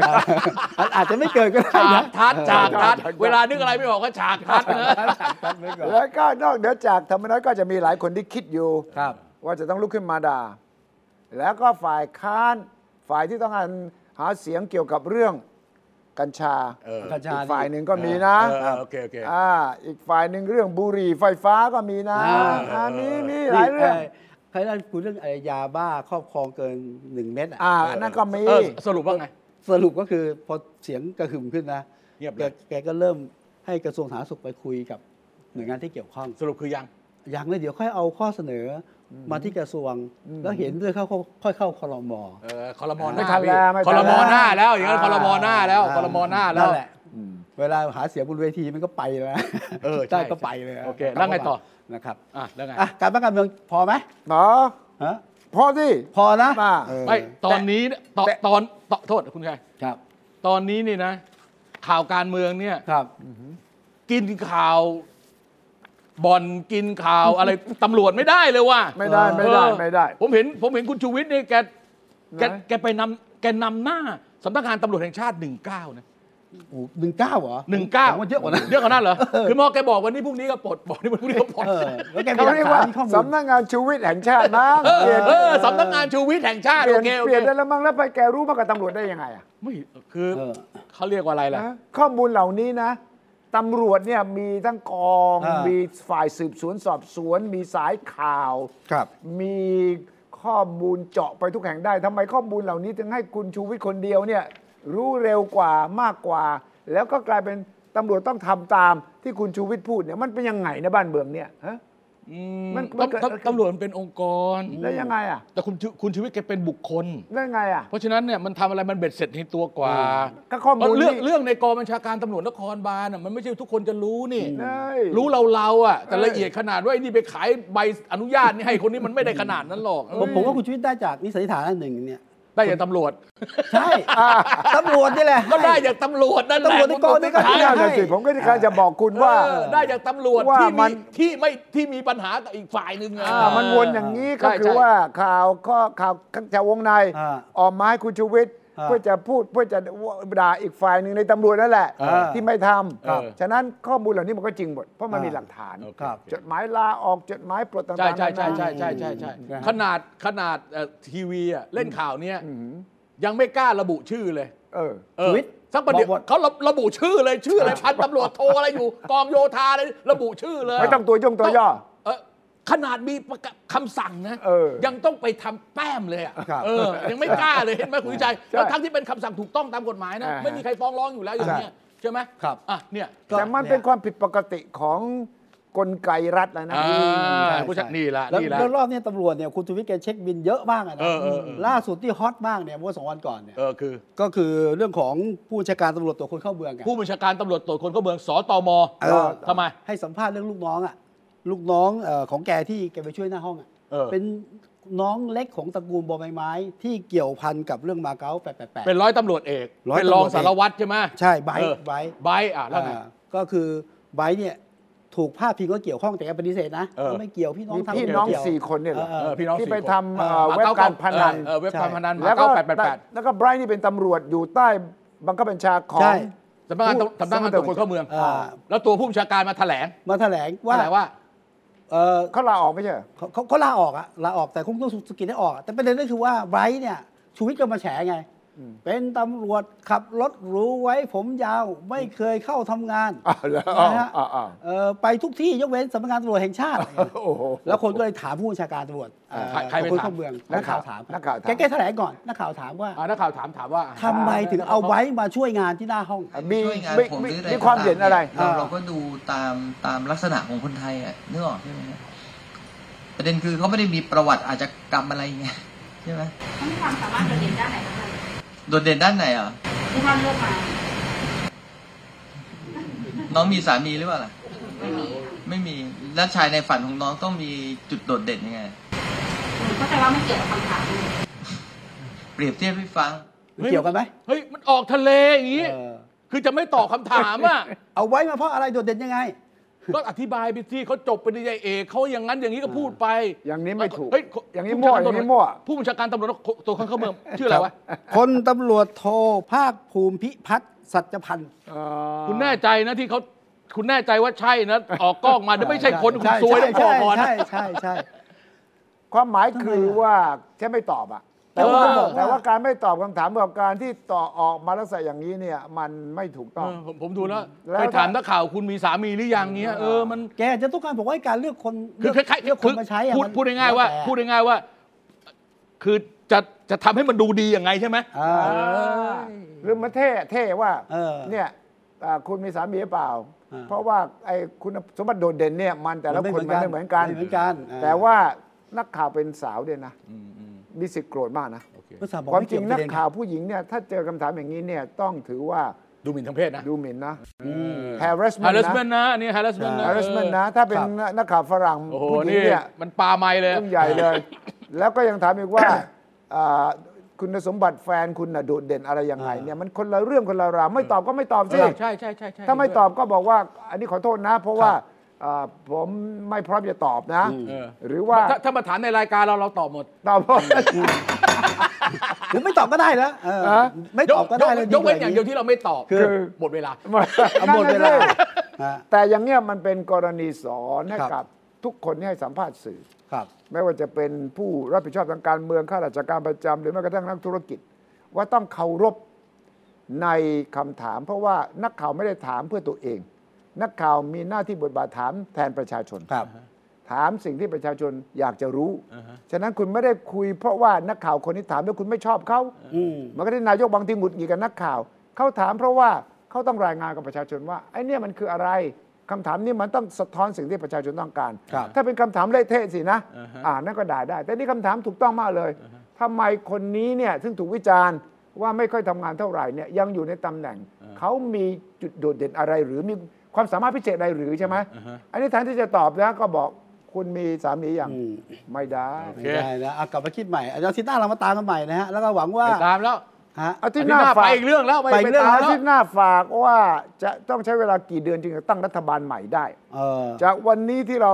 าจอาจจะไม่เกิดก็ได้
ฉา
นะ
กทัดฉากทัด
ฉากทัด
เวลานึกอะไรไม่ออกก็ฉากทัดนะ
ฉากทัดไว้ก่อน
แล้วก็นอกเหนือจากธรรมนัตก็จะมีหลายคนที่คิดอยู่
ครับ
ว่าจะต้องลุกขึ้นมาด่า แล้วก็ฝ่ายค้านฝ่ายที่ต้องการหาเสียงเกี่ยวกับเรื่องกัญชา
เออ
กัญชา
อีก
นี่
ฝ่ายหนึ่งก็มีนะ
เออเออโอเคโอเค
อ่าอีกฝ่ายหนึ่งเรื่องบุหรี่ไฟฟ้าก็มีนะ
อ่า
อ่ามีมีหลายเรื่อง
ใครนั่นคุยเรื่องอะไรยาบ้าครอบครองเกินหนึ่งเม็ดอะ
อ่าอันนั่นก็มี
เออสรุปว่าไง
สรุปก็คือพอเสียงกระหึ่มขึ้นนะ
เงียบเลย
แกแกก็เริ่มให้กระทรวงสาธารณสุขไปคุยกับหน่วยงานที่เกี่ยวข้อง
สรุปคือยัง
อย่างเลยเดี๋ยวค่อยเอาข้อเสนออมาที่กระทรวง แล้วเห็นด้วยเข้าค่อยเข้าครม
เออคอรมอห
ไม่
น้า
ทัน
พี่
แล้วไม่ทั
คอน รมอ
แล้ว
หน้าแล้วอย่างนั้น
อ่า
คอรมอหน้าแล้วคอรมอหน้าแล้ว
นแหละเวลาหาเสียงบนเวทีมันก็ไปแล้วนะ
เออใช่
ได้ก็ไปเลย
โอเคแล้วไงต่อ
นะครับ
อ่ะแล้วไง
อ่ะการบ้านการเมืองพอไหม
หมอ
ฮะ
พอที่
พอนะ
มา
เออ
ไม่ตอนนี้เนี่ยตอนตอนตอนโทษคุณชาย
ครับ
ตอนนี้นี่นะ ข่าวการเมืองเนี่ย
ครับ
กินข่าวบ่อนกินข่าวอะไร ตำรวจไม่ได้เลยว่ะ
ไม่ได้ไม่ได้
เออ
ไม่ได้
ผมเห็นผมเห็นคุณชูวิทย์นี่แกแก
นะ
แกไปนำแกนำหน้าสำนักงานตำรวจแห่งชาติ 19นะ
โอ้หนึ่งเก้าเหรอ
19
มันเยอะกว่านั้น
เยอะกว่านั้นเหรอ คือมอแกบอกวันนี้พรุ่งนี้ก็ปลดบอกนี่พรุ่งนี้ก็ปลด
เออแล้วแกมี
เขา
หลัก
เรียก
ฐา
ว่าน
มีข้อมูล
สำนักงานชูวิทย์แห่งชาติมั้ง
เออ
เปลี่ยน
เออสำนักงานชูวิทย์แห่งชาติ
เปลี่
โอย
น
เคโอ
เป
เค
ลี่ยนได้แล้วมั้งแล้วไปแกรู้มากับตำรวจได้ยังไงอ่ะ
ไม่คือ
เออ
เขาเรียกว่าอะไรล่ะ
นะข้อมูลเหล่านี้นะตำรวจเนี่ยมีทั้งกอง
อ่ามี
มีฝ่ายสืบสวนสอบสวน มีสายข่าว
ครับ
มีข้อมูลเจาะไปทุกแห่งได้ทำไมข้อมูลเหล่านี้ถึงให้คุณชูวิทย์คนเดียวเนี่ยรู้เร็วกว่ามากกว่า แล้วก็กลายเป็นตำรวจต้องทำตามที่คุณชูวิทย์พูดเนี่ยมันเป็นยังไงนะบ้านเมืองเนี่ยฮะ
อืม
มันมันเกิด
ตำตำรวจมันเป็นองค์กร
แล้วยังไงอ่ะ
แต่คุณชูคุณชูวิทย์แกเป็นบุคคล
แล้วยังไงอ่ะ
เพราะฉะนั้นเนี่ยมันทำอะไรมันเบ็ดเสร็จในตัวกว่า
ก็ข้อมูล
เพราะเรื่อง
นี่
เรื่องในกองบัญชาการตำรวจนครบาลน่ะมันไม่ใช่ทุกคนจะรู้นี่
เอ้ย
รู้เราเราๆอ่ะแต่
เออ
ละเอียดขนาดว่าไอ้นี่ไปขายใบอนุญาตนี่ให้คนนี้มันไม่ได้ขนาดนั้นหรอก
ผมผมว่าคุณชีวิตได้จากนิสัยฐานอันหนึ่งเนี่ย
ได้จากตำรวจ
ใช่ตำรวจนี่แหละ
ก็ได้จากตำรวจนั่นแหละ
ตำรวจในกองนี่ก็
ขาย
นั่นน่ะสิผมก็การจะบอกคุณว่า
เออได้จากตำรวจ
ว่า
ที่
มั
มี
น
ที่ไม่ที่มีปัญหากับอีกฝ่ายหนึ่งอะ
อ่ามันวนอย่างนี้ก็
ใช่
คือ
ใช่
ว่าข่าวข้อข่าวจากวงใน
อ่า
ออกมาให้คุณชูวิทย์
อ่า
เพื่อจะพูดเพื่อจะด่าอีกฝ่ายหนึ่งในตำรวจนั่นแหละ
อ่า
ที่ไม่ท
ครับ
ำฉะนั้นข้อมูลเหล่านี้มันก็จริงหมด เพราะมันมีหลักฐาน
โอเค
ครับ
จดหมายลาออกจดหมายปลดต่างๆ
ใช่ใช่
นา
ใช่
นา
ใช่ใช่ใช่ใช่
อืม
ขนาดขนาดเอ่อทีวีอ่ะเล่นข่าวเนี้ยยังไม่กล้าระบุชื่อเลย
เออ
เออ
ชีวิต
สักประเดี๋ยว
บอกหมด
เขาระระบุชื่อเลยชื่ออะไรพันตำรวจโทอะไรอยู่ กองโยธาเลยระบุชื่อเลย
ไม่ต้องตัวย่งตัวย่อ
เออขนาดมีประกาศคำสั่งนะ
เออ
ยังต้องไปทำแป้มเลยอ่ะ
ครับ
เออยังไม่กล้าเลยเห็นไหมคุณวิชัย
ใช่
แล้วทั้งที่เป็นคำสั่งถูกต้องตามกฎหมายนะ
อ่าฮะ
ไม่มีใครฟ้องร้องอยู่แล้วอย่างเงี้ย ใช่ไหม
ครับ
อ่ะเนี่ย
ก็
แต่มันเป็นความผิดปกติของกลไกรัฐแล้วนะ
อ่า
ใช่
ผู้ชัก
ใช่
นี่ละ
แล้ว
นี่ละ
แล้วรอบนี้ตำรวจเนี่ยคุณชูวิทย์แกเช็คบินเยอะมากอะนะ
เออเออเออ
ล่าสุดที่ฮอตมากเนี่ยเมื่อสองวันก่อนเนี่ย
เออคือ
ก็คือเรื่องของผู้บัญชาการตำรวจตรวจคนเข้าเมืองอะ
ผู้บัญชาการตำรวจตรวจคนเข้าเมืองสตม
เออ
ทำไม
ให้สัมภาษณ์เรื่องลูกน้องอ่ะลูกน้องเอ่อของแกที่แกไปช่วยหน้าห้องอ่ะ
เออ
เป็นน้องเล็กของตระกูลบอใบไม้ ที่เกี่ยวพันกับเรื่องมาเก๊าแปดแปดแปด
เป็นร้อยตำรวจเอก
ร้อย
เป็นรอง
ตำรวจเอก
สารวัตรใช่ไหม
ใช่ไบร์ท
เออ
ไบร์ท
ไบร์ทอ่ะแล้วไง
อ่าก็คือไบร์ทเนี่ยถูกพาดพิงว่าเกี่ยวข้องแต่แกปฏิเสธนะ
เออ
ว่าไม่เกี่ยวพี่น้อง
มี
ทำ
พี่น้อง
เกี่ยว
สี่คนเนี่ยเหรอ
เออ
เออพี่น้อง
ที่
สี่
ไป
คน
ทำเอ่อ
เออ
เว็บการพนัน
เออเว็บการพนันมา
แล้วก็
เก้าแปดแปดแปด
แล้วก็ไบรท์นี่เป็นตำรวจอยู่ใต้บังคับบัญชาของ
ใช่
สำนักงานสำนักงานตำรวจคนเข้าเมือง
อ่า
แล้วตัวผู้บัญชาการมาแถลง
มาแถลงว่า
แถลงว่า
เออ
เขาลาออกไม่ใช่เหรอ
เขาเขาเขาลาออกอะลาออกแต่คงต้องสุกิจได้ออกอะแต่ประเด็นก็คือว่าไบรท์เนี่ยชูวิทย์ก็มาแฉไง เป็นตำรวจขับรถหรูไว้ผมยาวไม่เคยเข้าทำงาน
อ้าวเหรอ
นะฮะ
อ้าวอ้าว
เอ่อไปทุกที่ยกเว้นสำนักงานตำรวจแห่งชาติ
โอ้โห
แล้วคนก็เลยถามผู้บัญชาการตำรวจเอ่อ
ใครใครไป
คน
ถาม
เข้าเมือง
นักข่าวนักข่าวถาม
แกแกแถลงก่อนนักข่าวถามว่า
อ่านักข่าวถามถามว่า
ทำไมถึงเอาไบรท์มาช่วยงานที่หน้าห้อง
มี
ช่วยงาน
มี
ผมหรืออะไร
มีความเห็นอะไร
ก็ตามเนี่ยเราเราก็ดูตามตามลักษณะของคนไทยอ่ะนึกออกใช่ไหมฮะประเด็นคือเขาไม่ได้มีประวัติอาชญากรรมอะไรไงใช่ไหม
เขามีความสามารถโดดเด่นด้านไหนบ้าง
โดดเด่นด้านไหนอ่ะ
ที่ท่านเลือกมา
น้องมีสามีหรือเปล่าล่ะไม่มีแล้วชายในฝันของน้องต้องมีจุดโดดเด่นยังไง
หนูเข้าใจว่าไม่เกี่ยวกับคำถามนี้
เปรียบเทียบให้ฟัง
ฮ้
เกี่ยวกันไหม
เฮ้ย มันออกทะเลอย่างนี้
เออ
คือจะไม่ตอบคำถามอ่ะ
เอาไว้มาเพราะอะไรโดดเด่นยังไง
ก็อธิบายไปที่เขาจบปริญญาเอกเขาอย่างนั้นอย่างนี้ก็พูดไป
อย่างนี้ไม่ถูก
เฮ้ย
อย่างนี้มั่ว อย่างนี้มั่ว
ผู้บัญชาการตำรวจตัวคนเข้าเมือง ชื่ออะไรวะ
คนตำรวจโทภาคภูมิพิพัฒน์สัจพันธ์
คุณแน่ใจนะที่เขาคุณแน่ใจว่าใช่นะ ออกกล้องมาเดี๋ยวไม่ใช่คนคุณ
ใช่
ซวย
ใช่
นะบอกก่อน
ใช่ใช่ใช่
ความหมายคือ
ทำไมอะ
ว่าแค่ไม่ตอบอะแต่
เออ
ว่า
เออ
แต่ว่าการไม่ตอบคำถามกับการที่ต่อออกมาลักษณะอย่างนี้เนี่ย มันไม่ถูกต้อง
เออผมผมดูแล้ว
แล้ว
ไปถาม
ถ้า
นักข่าวคุณมีสามีหรือยังเงี้ยเออมัน
แกจะต้องการบอกว่าการเลือกคน
คือคล้าย
เลือกค
ๆคื
น
อ
มาใช้อะ
พูด
มัน
พูดง่ายๆว่า
แล้แต่
พูดง่ายๆว่า คือจะจะทำให้มันดูดียังไงใช่ไหม
อ่า
หรือมาเท่เท่ว่า
เออ
เนี่ยอ่าคุณมีสามีหรือเปล่า
อ่า
เพราะว่าไอ้คุณสมบัติโดดเด่นเนี่ยมันแต่ละ
มัน
ค
ไม่
นมันไม่
เห
เห
มื
มื
อ
อน
กั
นกัน น
ไม่เหมือนกันอ่า
แต่ว่านักข่าวเป็นสาวด้วยนะ
อืมอืม
มีสิทธิ์โกรธมากนะ
โอเค
ภาษาบอก
ความจริง
ไเย
นั
บป
ก
ระเด็
ข่าวผู้หญิงเนี่ยถ้าเจอคำถามอย่างนี้เนี่ยต้องถือว่า
ดูหมิ่นทางเพศนะ
ดูหมิ่นนะ
harassment
harassment นะ
นะอันนี่ harassment นะ
harassment นะ ถ้าเป็นนักข่าวฝรั่ง
โอ้โห
ผู้หญิง
นี่
เนี่ย
มันปาไม้เลยอะ
เรื่องใหญ่เลย แล้วก็ยังถามอีกว่าอ่าคุณสมบัติแฟนคุณน่ะโดดเด่นอะไรยังไงเนี่ยมันคนละเรื่องคนละราวไม่ตอบก็ไม่ตอบสิ
ใช่ใช่ใช่ใช่
ถ้าไม่ตอบก็บอกว่าอันนี้ขอโทษนะ เพราะว่าอ่าผมไม่พร้อมจะตอบนะ
เออ
หรือว่า
ถ้าถ้ามาถามในรายการเราเราตอบหมด
ตอบว่า
หรือไม่ตอบก็ได้นะเออ
ฮะ
ไม่ตอบก็ได้เลย
ยกเว้นอย่างเดียวที่เราไม่ตอบ
คือ
หมดเวลา
เอา หมดเวลา
นั่นน่ะสิ
ฮะ
แต่อย่างเนี้ยมันเป็นกรณีสอนให้
ครับ
กับทุกคนที่ให้สัมภาษณ์สื่อ
ครับ
ไม่ว่าจะเป็นผู้รับผิดชอบทางการเมืองข้าราชการประจำหรือแม้กระทั่งนักธุรกิจ ว่าต้องเคารพในคำถาม เพราะว่านักข่าวไม่ได้ถามเพื่อตัวเอง นักข่าวมีหน้าที่บทบาทถามแทนประชาชน
ครับ
ถามสิ่งที่ประชาชนอยากจะรู้
อ่าฮะ
ฉะนั้นคุณไม่ได้คุยเพราะว่านักข่าวคนนี้ถามแล้วคุณไม่ชอบเขา
อืม
มันก็ได้นายกบางทีหงุดหงิดกับนักข่าว เขาถามเพราะว่าเขาต้องรายงานกับประชาชนว่าไอ้เนี่ยมันคืออะไรคำถามนี้มันต้องสะท้อนสิ่งที่ประชาชนต้องการ
ครับ
ถ้าเป็นคำถามเละเทะสินะ
อ่าฮะ
อ่านนั่นก็ด่าได้ แต่นี่คำถามถูกต้องมากเลยทำไมคนนี้เนี่ยซึ่งถูกวิจารณ์ว่าไม่ค่อยทำงานเท่าไหร่เนี่ยยังอยู่ในตำแหน่ง เขามีจุดโดดเด่นอะไรหรือมีความสามารถพิเศษอะไรหรือใช่ไหมอันนี้แทนที่จะตอบนะก็บอกคุณมีสามีอย่าง
อืม
ไม่ได้
โอเค
ไม่ได้นะเอากลับมาคิดใหม่อาจารย์ทิตย์หน้าเรามาตามกันใหม่นะฮะแล้วก็หวังว่า
ไปตามแล้ว
ฮะ
อาทิต
อาทิตย์ห
ย์หน้า
น้า
ฝา
ไป
ก
อีกเรื่องแล้ว
ไปอีกเรื่อง
ตาม
อา
แล้ว
ทิตย์หน้าฝากว่าจะต้องใช้เวลากี่เดือนจึงจะตั้งรัฐบาลใหม่ได้
เออ
จากวันนี้ที่เรา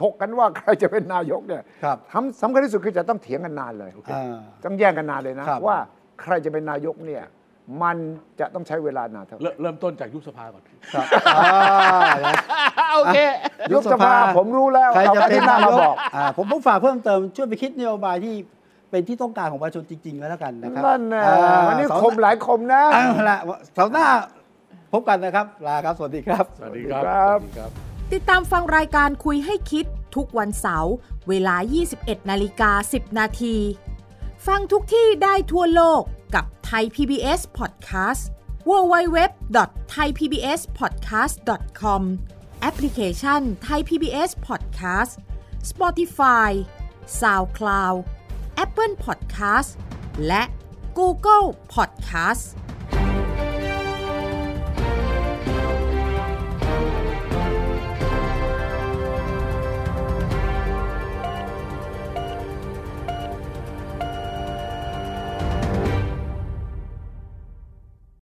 ถกกันว่าใครจะเป็นนายกเนี่ย
ครับ
ทำสำคัญที่สุดคือจะต้องเถียงกันนานเลย
เออ
ต้องแย่งกันนานเลยนะ
ครับ
ว่าใครจะเป็นนายกเนี่ย มันจะต้องใช้เวลานานเท่าไหร่
เริ่มเริ่มต้นจากยุบสภาก่อน
ครับอ่านะ
โอเค
ยุบสภาผมรู้แล้ว
ใครจะ
อา
เป็
ทิตย์หน้าน
นาย
มาก บอก
อ่าผมผมฝากเพิ่มเติมช่วยไปคิดนโยบายที่เป็นที่ต้องการของประชาชนจริงๆแล้วกันนะครับ
นั่นนะ
อ่า
วันนี้
เสาร์
คมหลายคมนะ
เอาละเสาร์หน้าพบกันนะครับลาครับ สวัสดีครับ
สวัสดีครับ
สวัสดีครับ
ติดตามฟังรายการคุยให้คิดทุกวันเสาร์เวลา 21 นาฬิกา 10 นาที ฟังทุกที่ได้ทั่วโลกกับไทย PBS Podcast www.thaipbspodcast.com แอปพลิเคชัน Thai PBS Podcast Spotify SoundCloud Apple Podcast และ Google Podcast